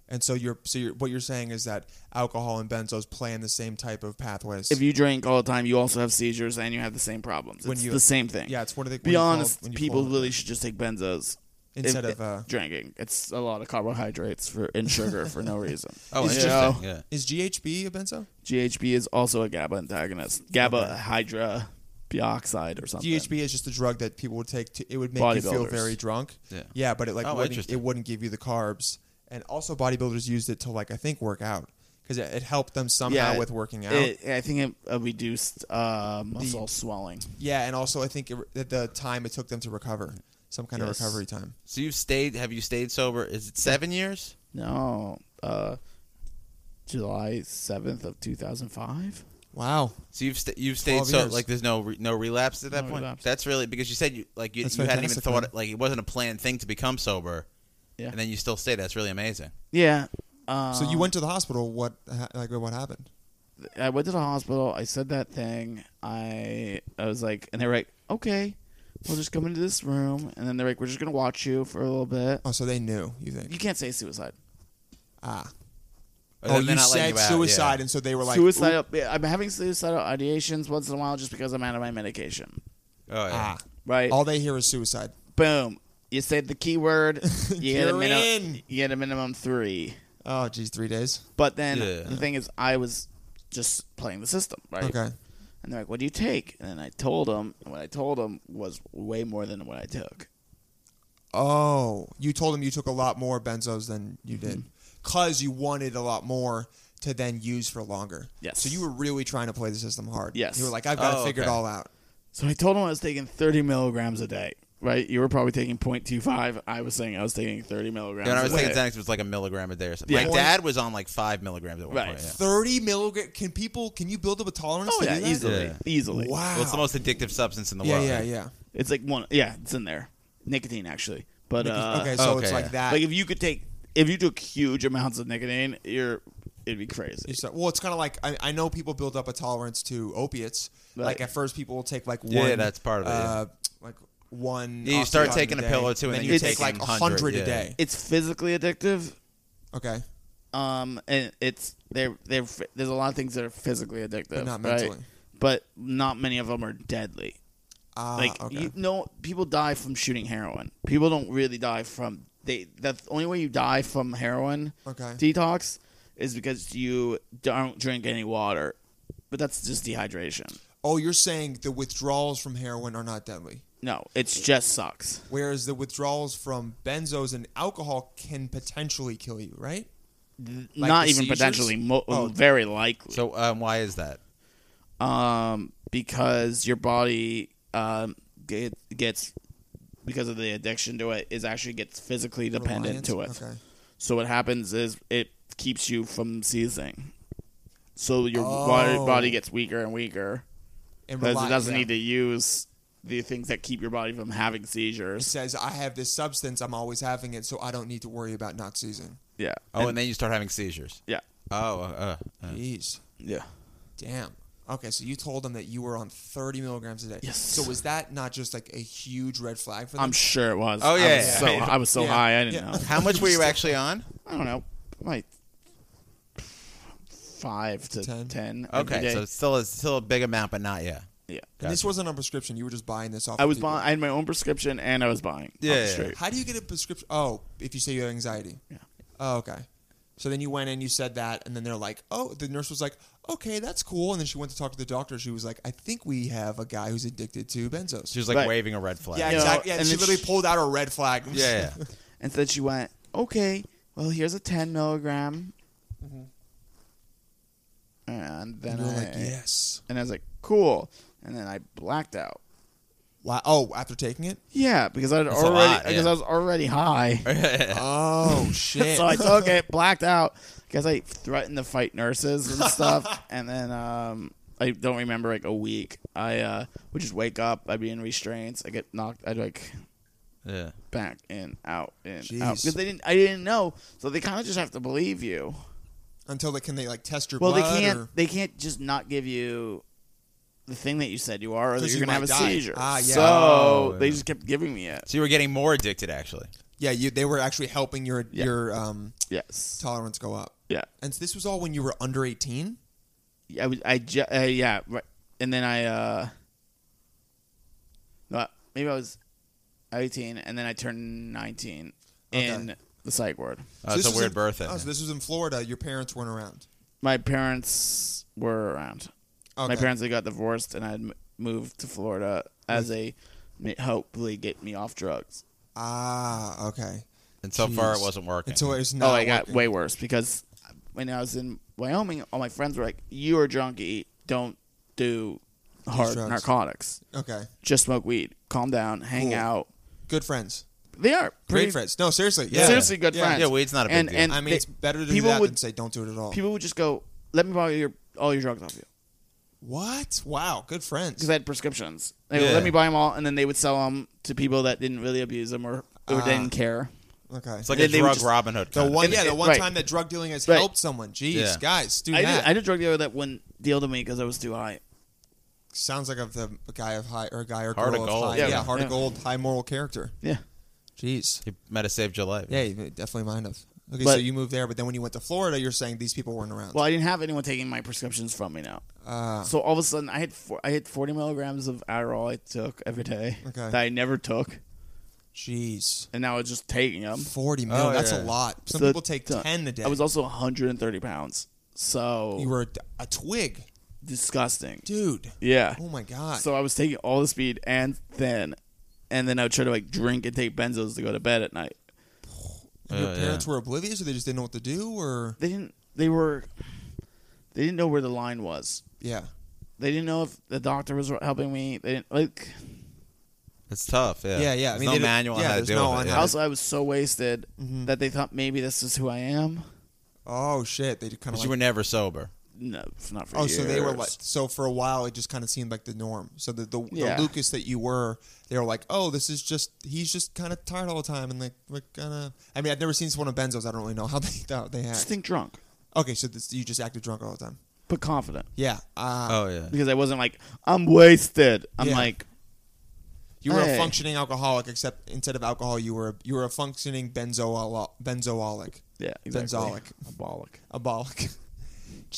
And so you're so you're, what you're saying is that alcohol and benzos play in the same type of pathways.
If you drink all the time, you also have seizures and you have the same problems. It's
When you-
the same thing.
yeah, it's one of the
Be honest, people
really.
really should just take benzos if-
Instead
if
of, uh,
drinking. It's a lot of carbohydrates for and sugar for no reason.
oh,
You
interesting.
know,
yeah.
Is GHB a benzo?
GHB is also a GABA antagonist. GABA hydra bioxide or something.
GHB is just a drug that people would take. To, it would make you feel
Bodybuilders.
very drunk.
Yeah.
Yeah, but it like
Oh,
wouldn't,
interesting.
it wouldn't give you the carbs. And also, bodybuilders used it to like I think work out because it, it helped them somehow
it-
with working out.
It, I think it uh, reduced uh, muscle swelling.
yeah, and also I think it, that the time it took them to recover, some kind of
Yes.
recovery time.
So you've stayed? Have you stayed sober? Is it seven years?
No, uh, July seventh of two thousand five.
Wow.
So you've st- you've stayed
12
so
years.
like there's no re- no relapse at that
No
point.
relapse.
That's really because you said you like you,
That's
you hadn't even
fantastic,
thought
man.
it, like it wasn't a planned thing to become sober.
Yeah.
And then you still stay. That's really amazing.
Yeah. Um,
So you went to the hospital. What ha- like what happened?
I went to the hospital. I said that thing. I I was like, and they were like, okay, we'll just come into this room, and then they're like, we're just gonna watch you for a little bit.
Oh, so they knew. You
You
think?
can't say suicide.
Ah.
Or
oh,
they're
you
not letting
said
out, yeah.
suicide, and so they were like,
suicidal. yeah, I'm having suicidal ideations once in a while just because I'm out of my medication.
Oh yeah.
Ah.
Right.
All they hear is suicide.
Boom. You said the key word. You get a
You're in.
minimum. You get a minimum three.
Oh, geez, three days.
But then
Yeah.
the thing is, I was just playing the system, right?
Okay.
And they're like, "What do you take?" And I told them, and what I told them was way more than what I took.
Oh, you told him you took a lot more benzos than you
Mm-hmm.
did, cause you wanted a lot more to then use for longer.
Yes.
So you were really trying to play the system hard.
Yes.
You were like, I've got to
Oh,
figure
okay.
it all out.
So I told them I was taking 30 milligrams a day. Right? You were probably taking 0.25. I was saying I was taking 30 milligrams.
Yeah, and I was
a
thinking
day.
Xanax was like a milligram a day or something.
Yeah.
My dad was on like five milligrams at one
Right.
point. Yeah.
Thirty milligram. Can people? Can you build up a tolerance?
Oh
to
yeah,
do that?
easily,
Yeah.
easily.
Wow.
Well, it's the most addictive substance in the
Yeah,
world.
yeah, yeah.
It's like one. Yeah, it's in there. Nicotine actually, but uh,
okay, so
okay,
it's
yeah.
like that.
like if you could take if you took huge amounts of nicotine, you're it'd be crazy.
It's like- well, it's kind of like I, I know people build up a tolerance to opiates.
Right.
Like at first, people will take like one.
Yeah, that's part of it, yeah.
Uh, like one.
Yeah, you start
Oxycontin
taking a
day,
pill or two, and then
you
you're
take
taking
like a
100,
hundred a
yeah.
day.
It's physically addictive.
Okay,
Um, and it's they're they're there's a lot of things that are physically addictive,
But not
right?
mentally.
But not many of them are deadly.
Ah,
like
okay.
you know, people die from shooting heroin. People don't really die from they. That's the only way you die from heroin
Okay.
detox is because you don't drink any water. But that's just dehydration.
oh, you're saying the withdrawals from heroin are not deadly,
No, it's just sucks.
whereas the withdrawals from benzos and alcohol can potentially kill you, right? Like
Not
the
even
seizures?
potentially, mo- mm,
Oh.
very likely.
So um, why is that?
um, because your body um, get, gets because of the addiction to it is actually gets physically dependent to it.
Reliance? Okay.
So what happens is it keeps you from seizing. So your
Oh.
body, body gets weaker and weaker
And
because it
rely-
doesn't
yeah.
need to use the things that keep your body from having
It
seizures.
says I have this substance, I'm always having it, so I don't need to worry about not seizing.
Yeah.
Oh, and, then you start having seizures.
yeah.
Oh, uh, uh,
Jeez.
Yeah.
Damn. Okay, so you told them that you were on 30 milligrams a day.
Yes.
So was that not just like a huge red flag for them?
I'm sure it was.
Oh,
I
yeah,
was
yeah,
so
yeah.
I was so
Yeah.
high I didn't
Yeah.
know.
how much were you actually on?
I don't know, like five to ten.
Ten.
every
Okay,
day.
so it's still a, still a big amount, but not yeah.
yeah,
And this wasn't on prescription. You were just buying this off.
I
of
was
people.
buying. I had my own prescription, and I was buying.
Yeah,
off the
yeah,
street.
How do you get a prescription? Oh, if you say you have anxiety.
Yeah.
Oh, okay. So then you went in, you said that, and then they're like, "Oh." The nurse was like, "Okay, that's cool." And then she went to talk to the doctor. She was like, "I think we have a guy who's addicted to benzos."
She was like
Right.
waving a red flag.
yeah,
No,
exactly. Yeah,
and
she
then
literally
she-
pulled out a red flag.
yeah, yeah.
And then she went, "Okay, well, here's a ten milligram." And then
And you're
I,
like, "Yes."
and I was like, "Cool." And then I blacked out.
Wow. Oh, after taking it.
Yeah, because I'd
a
already
lot,
because
yeah.
I was already high.
Oh shit.
so I took it, blacked out because I threatened to fight nurses and stuff. and then um, I don't remember like a week. I uh, would just wake up, I'd be in restraints, I get knocked, I'd like
yeah.
back in, out, in,
Jeez.
out because they didn't, I didn't know. So they kind of just have to believe you.
Until they can they like test your
Well,
blood?
they can't,
or-
they can't just not give you. The thing that you said you are, or that
'Cause
you're
you
gonna have a
might die.
seizure.
Ah, yeah.
So
Oh,
they
yeah.
just kept giving me it.
So you were getting more addicted, actually.
Yeah, you. They were actually helping your
Yeah.
your um,
Yes.
tolerance go up.
Yeah.
And this was all when you were under eighteen.
Yeah, I was, I ju- uh, yeah, right. And then I, uh, no, maybe I was 18, and then I turned 19 in the psych ward.
Oh, it's a
this was
weird
in-
birthday.
Oh, so this was in Florida. Your parents weren't around.
My parents were around.
Okay.
My parents had got divorced, and I had m- moved to Florida
Mm.
as a hopefully get me off drugs.
Ah, okay.
and so far, it
Jeez.
wasn't working.
And so it's
Oh,
not.
I got
working.
way worse because when I was in Wyoming, all my friends were like, "You're a junkie. Don't do hard
drugs.
narcotics.
Okay.
Just smoke weed. Calm down. Hang
Cool.
out."
Good friends.
They are pretty
Great friends. No, seriously. Yeah.
Seriously, good
Yeah.
friends.
Yeah, weed's not a big
and,
deal.
And
I mean,
they-
it's better to do
people
that
would
than say don't do it at all.
people would just go, "Let me borrow your all your drugs off you,"
What? Wow, good friends.
because I had prescriptions. They would
Yeah.
let me buy them all, and then they would sell them to people that didn't really abuse them or,
Uh,
or didn't care.
Okay.
It's like
They-
a
they would
drug
just-
Robin Hood.
the
kinda.
one,
And-
yeah, the
and-
one
right.
time that drug dealing has
Right.
helped someone. Jeez,
Yeah.
guys, do
I did,
that.
I did drug dealer that wouldn't deal to me because I was too high.
Sounds like of the guy of high or guy or
Heart
girl
of
of
gold.
high, yeah,
Yeah.
heart
Yeah.
of gold, high moral character.
Yeah,
Jeez.
He might have saved your life.
Yeah, you definitely mind of. Okay,
But-
so you moved there, but then when you went to Florida, you're saying these people weren't around.
well, I didn't have anyone taking my prescriptions from me now.
Ah.
so all of a sudden, I had four, I had forty milligrams of Adderall I took every day
Okay.
that I never took,
Jeez,
and now I was just taking them.
forty mil.
Oh,
that's a
yeah.
lot. Some
So
people take
t-
ten a day.
I was also one hundred and thirty pounds, so
you were a, a twig,
disgusting.
dude.
Yeah.
Oh my god.
So I was taking all the speed and thin, and then I would try to like drink and take benzos to go to bed at night.
And your
Uh,
parents
yeah.
were oblivious, or they just didn't know what to do, or
They didn't. They were. They didn't know where the line was.
yeah.
They didn't know if the doctor was helping me. They didn't like.
It's tough. Yeah.
Yeah, yeah. I
There's
mean,
no
they don't-
manual
yeah,
on how to
there's
deal
no
with
on
it.
how
yeah.
Also, I was so wasted
Mm-hmm.
that they thought maybe this is who I am.
Oh shit. They kind of.
But
Like,
you were never sober.
No, it's not for
oh, so they were
years.
like. So for a while, it just kind of seemed like the norm. So the the,
Yeah.
the Lucas that you were, they were like, oh, this is just he's just kind of tired all the time, and like we're gonna. I mean, I've never seen someone on benzos. I don't really know how they how they
Just
act.
think drunk,
Okay, so this, you just acted drunk all the time.
but confident
Yeah. Uh,
Oh yeah.
because I wasn't like I'm wasted. I'm
Yeah.
like
You were
Hey.
a functioning alcoholic, except instead of alcohol, you were you were a functioning benzoalo- benzoolic,
yeah, exactly.
Benzolic.
Abolic.
abolic.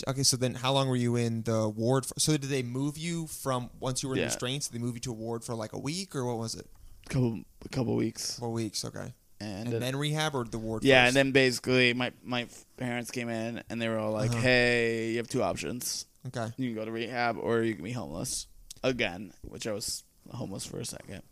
okay, so then how long were you in the ward? For, so did they move you from once you were in
Yeah.
restraints? Did they move you to a ward for like a week or what was it?
Couple a couple weeks
Four weeks. Okay,
and,
and,
then-
then rehab or the ward?
Yeah,
first?
and then basically my my parents came in and they were all
Uh-huh.
like, "Hey, you have two options.
okay,
You can go to rehab or you can be homeless again," which I was homeless for a second.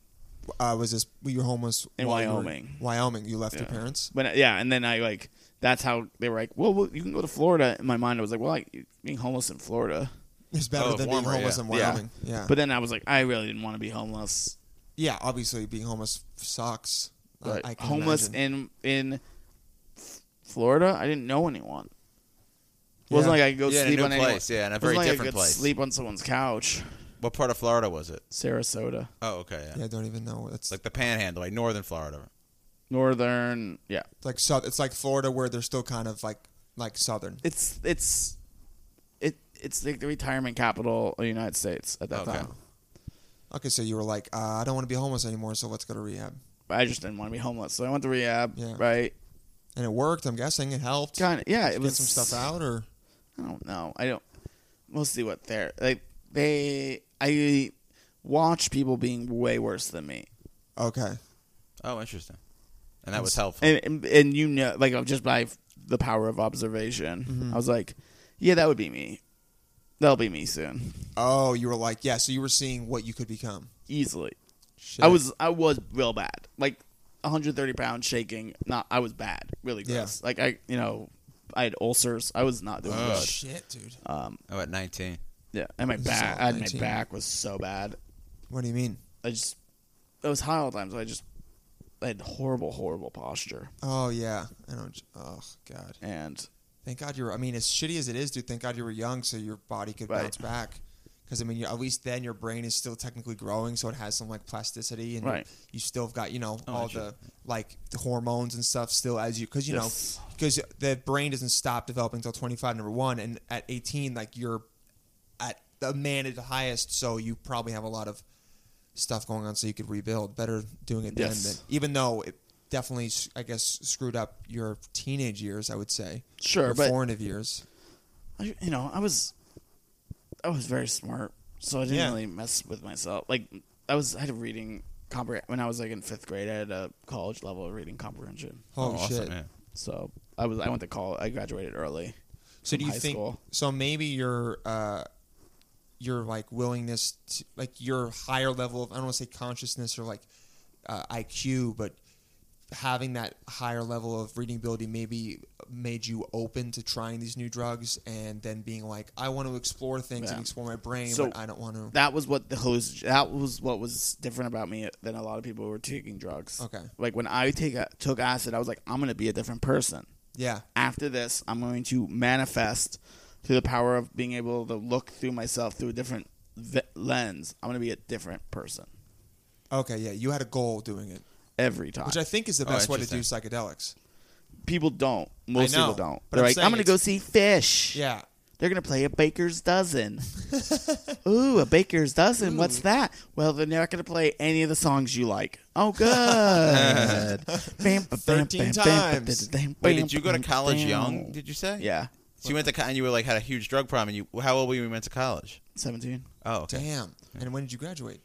uh, was this you were homeless
In
while you were-
Wyoming.
Wyoming, you left your
Yeah.
parents.
But uh, yeah, and then I like that's how they were like, "Well, well you can go to Florida." In my mind, I was like, "Well, I, being homeless in Florida,"
It's better
Oh,
than
warmer,
being homeless
yeah.
in
Yeah.
Wyoming. Yeah,
but then I was like, "I really didn't want to be homeless."
yeah, obviously being homeless sucks. I-
But
I can
homeless
imagine.
in in F- Florida, I didn't know anyone. It
Yeah.
wasn't like I could go
Yeah, in a
sleep
new
on anyone.
place, yeah, in a
It wasn't
very
like I
different
could
place.
Sleep on someone's couch.
What part of Florida was it?
Sarasota,
Oh, okay. Yeah.
yeah, I don't even know. That's
It's like the Panhandle, like northern Florida.
northern. Yeah,
It's like south. It's like Florida, where they're still kind of like like southern.
it's it's it it's like the retirement capital of the United States at that
Okay.
time.
Okay, so you were like, uh, I don't want to be homeless anymore, so let's go to rehab.
But I just didn't want to be homeless, so I went to rehab.
Yeah.
Right,
And it worked. I'm guessing it helped.
kind of. Yeah, it
Get
was
some stuff out, or
I don't know. I don't mostly what they're like. They I watch people being way worse than me.
okay,
Oh, interesting. And that was helpful.
and, and and you know, like just by the power of observation,
Mm-hmm.
I was like, yeah, that would be me. That'll be me soon,
oh, you were like, yeah. So you were seeing what you could become.
easily.
Shit.
I was I was real bad, like 130 pounds shaking. Not I was bad, really
Yeah.
gross. Like I, you know, I had ulcers. I was not doing
Oh,
good.
shit, dude.
Um,
Oh, at 19.
yeah, and my
This is
back,
all
I, my
19.
back was so bad.
What do you mean?
I just, I was high all the time, so I just, I had horrible, horrible posture,
Oh yeah, I don't. Oh god.
and
Thank God you were. I mean, as shitty as it is, dude. Thank God you were young, so your body could
Right.
bounce back. Because I mean, you at least then your brain is still technically growing, so it has some like plasticity, and
Right.
you still have got you know
Oh,
all
sure.
the like the hormones and stuff still as you because you
Yes.
know because the brain doesn't stop developing until 25 number one and at 18 like you're at the man at the highest so you probably have a lot of stuff going on so you could rebuild better doing it
Yes.
then than, even though it definitely i guess screwed up your teenage years i would say
Sure,
your
but-
formative years
I, you know, I was, I was very smart, so I didn't
Yeah.
really mess with myself. Like I was, I had a reading compre when I was like in fifth grade. I had a college level reading comprehension,
oh,
awesome,
shit
yeah.
so I was, I went to college. I graduated early.
so
from
do you
high
think
school.
so maybe your uh your like willingness to like your higher level of i don't want to say consciousness or like uh, iq but having that higher level of reading ability maybe made you open to trying these new drugs and then being like i want to explore things
Yeah.
and explore my brain
So-
but i don't want to
That was what the halluc- That was what was different about me than a lot of people who were taking drugs.
Okay.
like when I take a, took acid, I was like, I'm gonna be a different person.
yeah
After this, I'm going to manifest through the power of being able to look through myself through a different v- lens, I'm gonna be a different person
Okay, yeah, you had a goal doing it,
every time.
which I think is the best way to do
Oh, interesting.
psychedelics.
people don't. Most
know,
people don't.
but
They're
I'm
like,
saying
I'm gonna
it's-
go see Fish.
Yeah,
They're gonna play a baker's dozen. Ooh, a baker's dozen. What's that? Well, they're not gonna play any of the songs you like. Oh, good.
Thirteen times.
Wait, did you go to college young? Did you say?
Yeah,
So you went to co- and you were like had a huge drug problem. And you, how old were you when you went to college?
seventeen.
Oh, okay.
damn. And when did you graduate?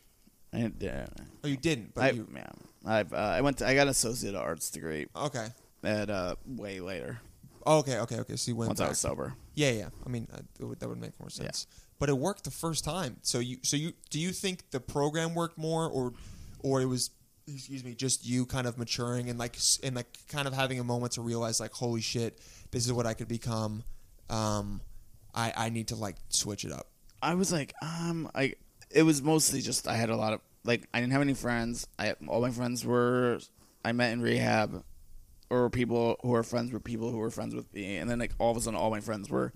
And, uh,
Oh, you didn't. But
I,
you,
yeah, I've uh, I went to, I got an associate of arts degree
okay,
at uh, way later
oh, okay, okay, okay. So you went
once I
back.
was sober.
Yeah, yeah. I mean, uh, that would- that would make more sense. But it worked the first time. So you, so you, do you think the program worked more, or, or it was, excuse me, just you kind of maturing and like s- and like kind of having a moment to realize like, holy shit, this is what I could become. Um, I I need to like switch it up.
I was like, um, I it was mostly just I had a lot of like I didn't have any friends. I all my friends were I met in rehab, or people who were friends with people who were friends with me, and then like all of a sudden all my friends were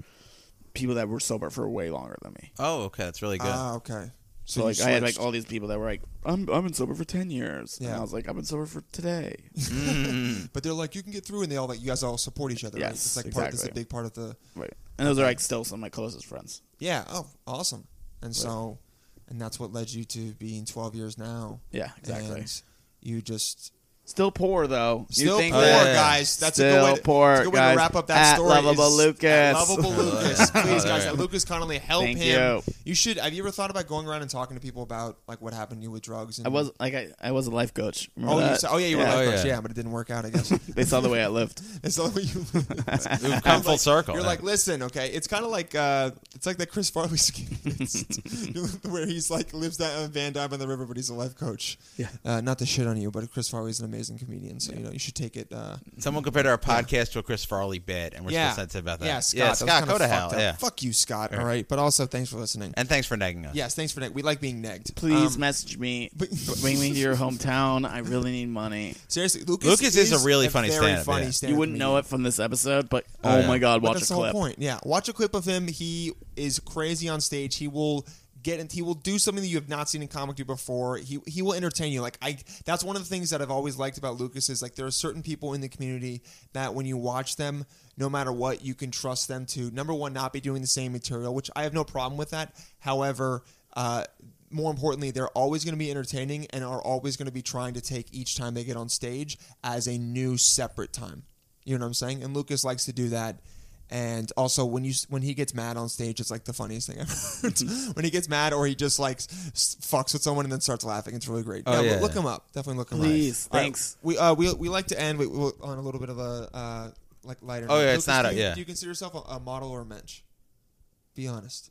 people that were sober for way longer than me.
Oh, okay. That's really good.
Ah, okay.
So,
you
like I had like
switched.
all these people that were like, I'm I've been sober for ten years, and
Yeah.
I was like, I've been sober for today.
Mm.
but they're like, you can get through, and they all like, you guys all support each other. right?
Yes,
it's like part. It's a
exactly.
big part of the.
right, and those are like still some of my closest friends.
Yeah. Oh, awesome. And so, and that's what led you to being 12 years now.
Yeah, exactly.
And you just
Still poor though. You
Still
think
poor,
that-
guys. That's a
Still
good way, to-
poor,
that's a good way
guys.
to wrap up that
At
story.
lovable
is-
Lucas.
at lovable Lucas. Please, guys,
Yeah.
at Lucas Connolly, help
Thank
him.
you.
should. Have you ever thought about going around and talking to people about like what happened to you with drugs? And,
I was like I, I was a life coach. Remember
Oh, you,
that?
said- oh yeah, you were
Yeah.
like,
Oh,
yeah.
yeah.
yeah, but it didn't work out. I guess
They saw the way I lived.
it's the way you.
We've come full circle.
You're
now.
like, listen, okay. It's kind of like uh, it's like that Chris Farley skit where he's like lives down in Van Dyke on the river, but he's a life coach.
Yeah.
Uh, not to shit on you, but Chris Farley's an amazing comedian, so you know you should take it. Uh,
someone compared our podcast to a Chris Farley bit, and we're
yeah.
still sensitive about that.
Yeah, Scott.
yeah,
that was
Scott,
kinda
go to
fucked
hell.
up.
Yeah.
Fuck you, Scott. All right, but also thanks for listening.
And thanks for nagging us.
yes, thanks for neg. We like being negged.
Please
Um,
message me.
but-
Bring me to your hometown. I really need money.
seriously, Lucas,
Lucas is a really funny
very
stand-up,
funny
yeah.
You
stand-up
wouldn't
comedian.
know it from this episode, but
Oh,
oh,
yeah.
my god,
But
watch
that's
a
the
clip.
whole point. Yeah, watch a clip of him. He is crazy on stage. He will get and he will do something that you have not seen in comic do before. He he will entertain you. Like I, that's one of the things that I've always liked about Lucas is like there are certain people in the community that when you watch them, no matter what, you can trust them to number one not be doing the same material, which I have no problem with that. However. Uh, more importantly, they're always going to be entertaining and are always going to be trying to take each time they get on stage as a new separate time. You know what I'm saying? And Lucas likes to do that. And also, when you when he gets mad on stage, it's like the funniest thing I've heard. when he gets mad, or he just like s- fucks with someone and then starts laughing, it's really great.
Oh,
yeah,
yeah.
look him up. Definitely look him
Please.
up. All right.
Thanks.
We uh we, we like to end with, with- on a little bit of a uh like lighter.
Oh,
note.
yeah, it's
Lucas,
not
do
a-
you-
yeah.
Do you consider yourself a, a model or a mensch? Be honest.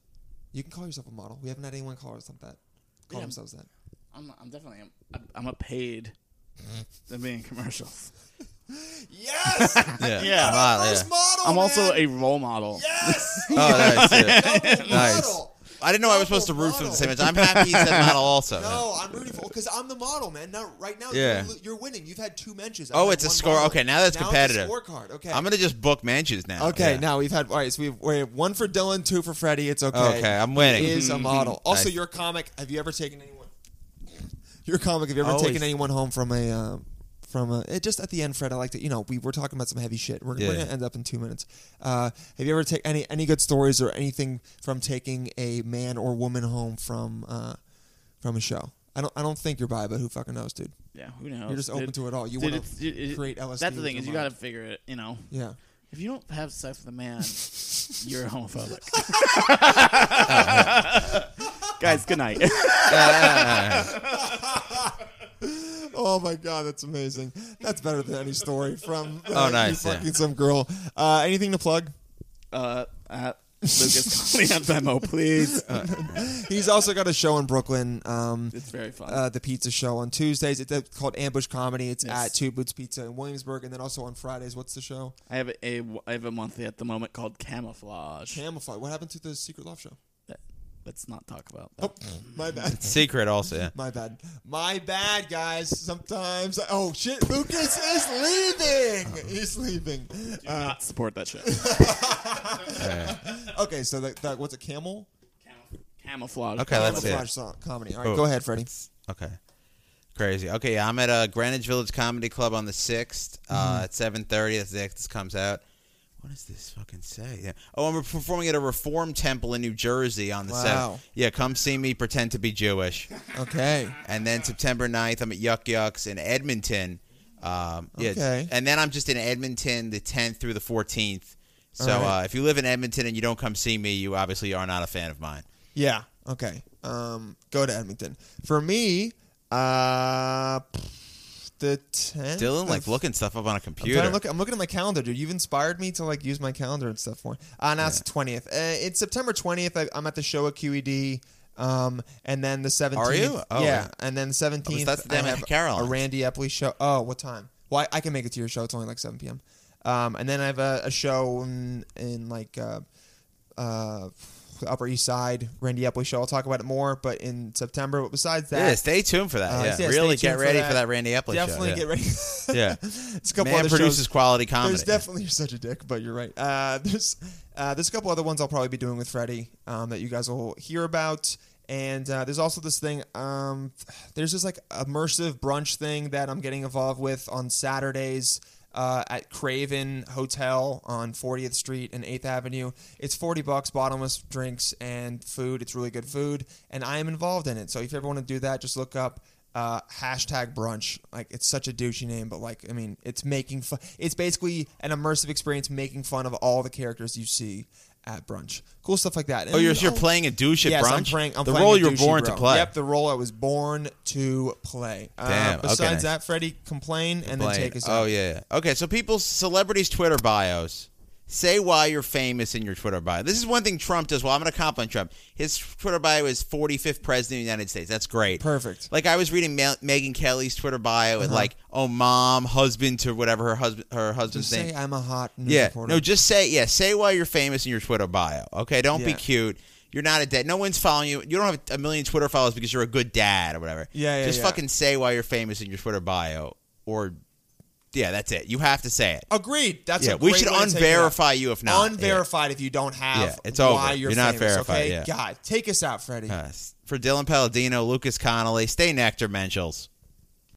You can call yourself a model. We haven't had anyone call us that. Call
Yeah.
themselves that.
I'm, I'm definitely I'm, I'm a paid.
Mm-hmm.
I'm being commercials.
Yes.
Yeah.
Yeah.
Wow, yeah.
First model.
I'm also
Oh, man.
a role model.
yes.
Oh, nice. yeah.
Double
Nice.
model.
I didn't know I was
Double
supposed to root for him at the same
model.
time. I'm happy he said model also.
No, I'm rooting for because I'm the model, man. Now, right now,
Yeah.
you're, you're winning. You've had two mentions. I've
Oh,
had
it's a
one
score.
model.
Okay, now that's
now
competitive.
It's a scorecard. Okay.
I'm gonna just book mansions now.
okay,
Yeah.
now we've had all right. So we've we're one for Dylan, two for Freddie. It's okay.
Okay, I'm winning.
He is a model. Also,
Nice.
you're a comic. Have you ever taken anyone? You're a comic. Have you ever
Always.
taken anyone home from a? Uh, from a, it just at the end, Fred. I like to, you know, we were talking about some heavy shit. We're, we're
Yeah.
gonna end up in two minutes. Uh, have you ever taken any any good stories or anything from taking a man or woman home from uh, from a show? I don't I don't think you're bi, but who fucking knows, dude?
Yeah, who knows?
You're just open to it all. You
dude,
wanna
it's- it- it-
create LSD
That's the
with
thing
your
is you
mind.
got to figure it. You know,
Yeah.
if you don't have sex with a man, you're homophobic. Guys, good night.
Oh my god, that's amazing. That's better than any story from uh,
Oh, nice,
you
yeah.
fucking some girl. Uh, anything to plug?
uh, uh, Lucas, call me on Venmo, please.
He's also got a show in Brooklyn. Um,
Uh, it's very fun.
uh, the pizza show on Tuesdays. It's uh, called Ambush Comedy. It's
Yes.
at Two Boots Pizza in Williamsburg, and then also on Fridays. What's the show?
I have a I have a monthly at the moment called Camouflage.
Camouflage. What happened to the Secret Love show? Oh,
Let's not talk about that.
My bad.
Secret also. Yeah.
My bad. My bad, guys. Sometimes. Oh shit! Lucas is leaving. He's leaving. Uh,
not support that show.
okay, so that, that what's a camel?
Camouflage.
Okay, let's see.
Camouflage song, comedy. All right,
Oh.
go ahead, Freddie.
Okay. Crazy. Okay, yeah, I'm at uh, Greenwich Village Comedy Club on the sixth uh,
Mm-hmm.
at seven thirty. That's the day this comes out. What does this fucking say? Yeah. Oh, I'm performing at a Reform Temple in New Jersey on the
Wow.
seventh. Yeah, come see me. Pretend to be Jewish.
Okay.
And then September 9th, I'm at Yuck Yucks in Edmonton. Um, yeah,
Okay.
And then I'm just in Edmonton the 10th through the 14th. So
All right.
uh, if you live in Edmonton and you don't come see me, you obviously are not a fan of mine.
Yeah. Okay. Um, go to Edmonton. For me, uh, the ten.
Dylan, like, looking stuff up on a
I'm,
computer.
trying to look, I'm looking at my calendar, dude. You've inspired me to like use my calendar and stuff more. Ah, now it's the twentieth. Uh, it's September twentieth. I'm at the show at QED. Um, and then the seventeenth.
Oh,
yeah.
yeah.
And then seventeenth.
that's the day
I
I'm at
have a
Caroline's.
Randy Epley show. Oh, what time? Well, I, I can make it to your show. It's only like seven p.m. Um, and then I have a, a show in, in like uh, uh, Upper East Side Randy Epley show. I'll talk about it more, but in September. But besides that,
yeah, stay tuned for that.
uh,
yeah.
stay
really
tuned
get ready for that Randy Epley
Definitely
show.
get ready.
yeah. yeah.
it's a couple
Man
other
produces
shows.
quality comedy.
There's definitely you're such a dick, but you're right. Uh, there's uh, there's a couple other ones I'll probably be doing with Freddie um, that you guys will hear about, and uh, there's also this thing. Um, there's this like immersive brunch thing that I'm getting involved with on Saturdays. Uh, at Craven Hotel on 40th Street and 8th Avenue. It's 40 bucks, bottomless drinks and food. It's really good food, and I am involved in it. So if you ever want to do that, just look up uh, hashtag brunch. Like it's such a douchey name, but like I mean, it's making fun. It's basically an immersive experience making fun of all the characters you see at brunch. Cool stuff like that.
oh, you're,
And
you're
I'll-
playing a douche at
Yes,
brunch?
I'm playing. I'm
the
playing
role
a
you were
douchey
born to
bro.
play.
Yep, the role I was born to play. Uh,
Damn, okay,
Besides
nice.
that, Freddie, complain and then
Blaine.
take us.
Oh
out.
yeah. yeah. Okay, so people's celebrities' Twitter bios. Say why you're famous in your Twitter bio. This is one thing Trump does. Well, I'm going to compliment Trump. His Twitter bio is 45th president of the United States. That's great.
Perfect. Uh-huh.
Like I was reading Ma- Megan Kelly's Twitter bio and like, oh, mom, husband to whatever her husband her husband's
Just
name.
say I'm a hot news
yeah.
reporter.
No, just say yeah. Say why you're famous in your Twitter bio. Okay, don't be
Yeah.
cute. You're not a dad. No one's following you. You don't have a million Twitter followers because you're a good dad or whatever.
Yeah, yeah,
Just
yeah.
fucking say why you're famous in your Twitter bio, or yeah, that's it. You have to say it.
Agreed. That's
yeah,
a
we
great
should
way to take it out.
unverify you if not.
Unverified if you don't have
Yeah, it's
why
over.
you're,
You're not
famous,
verified,
Okay,
yeah.
God, take us out, Freddie.
Yeah. Uh, for Dylan Palladino, Lucas Connolly, stay nectar, Menschels.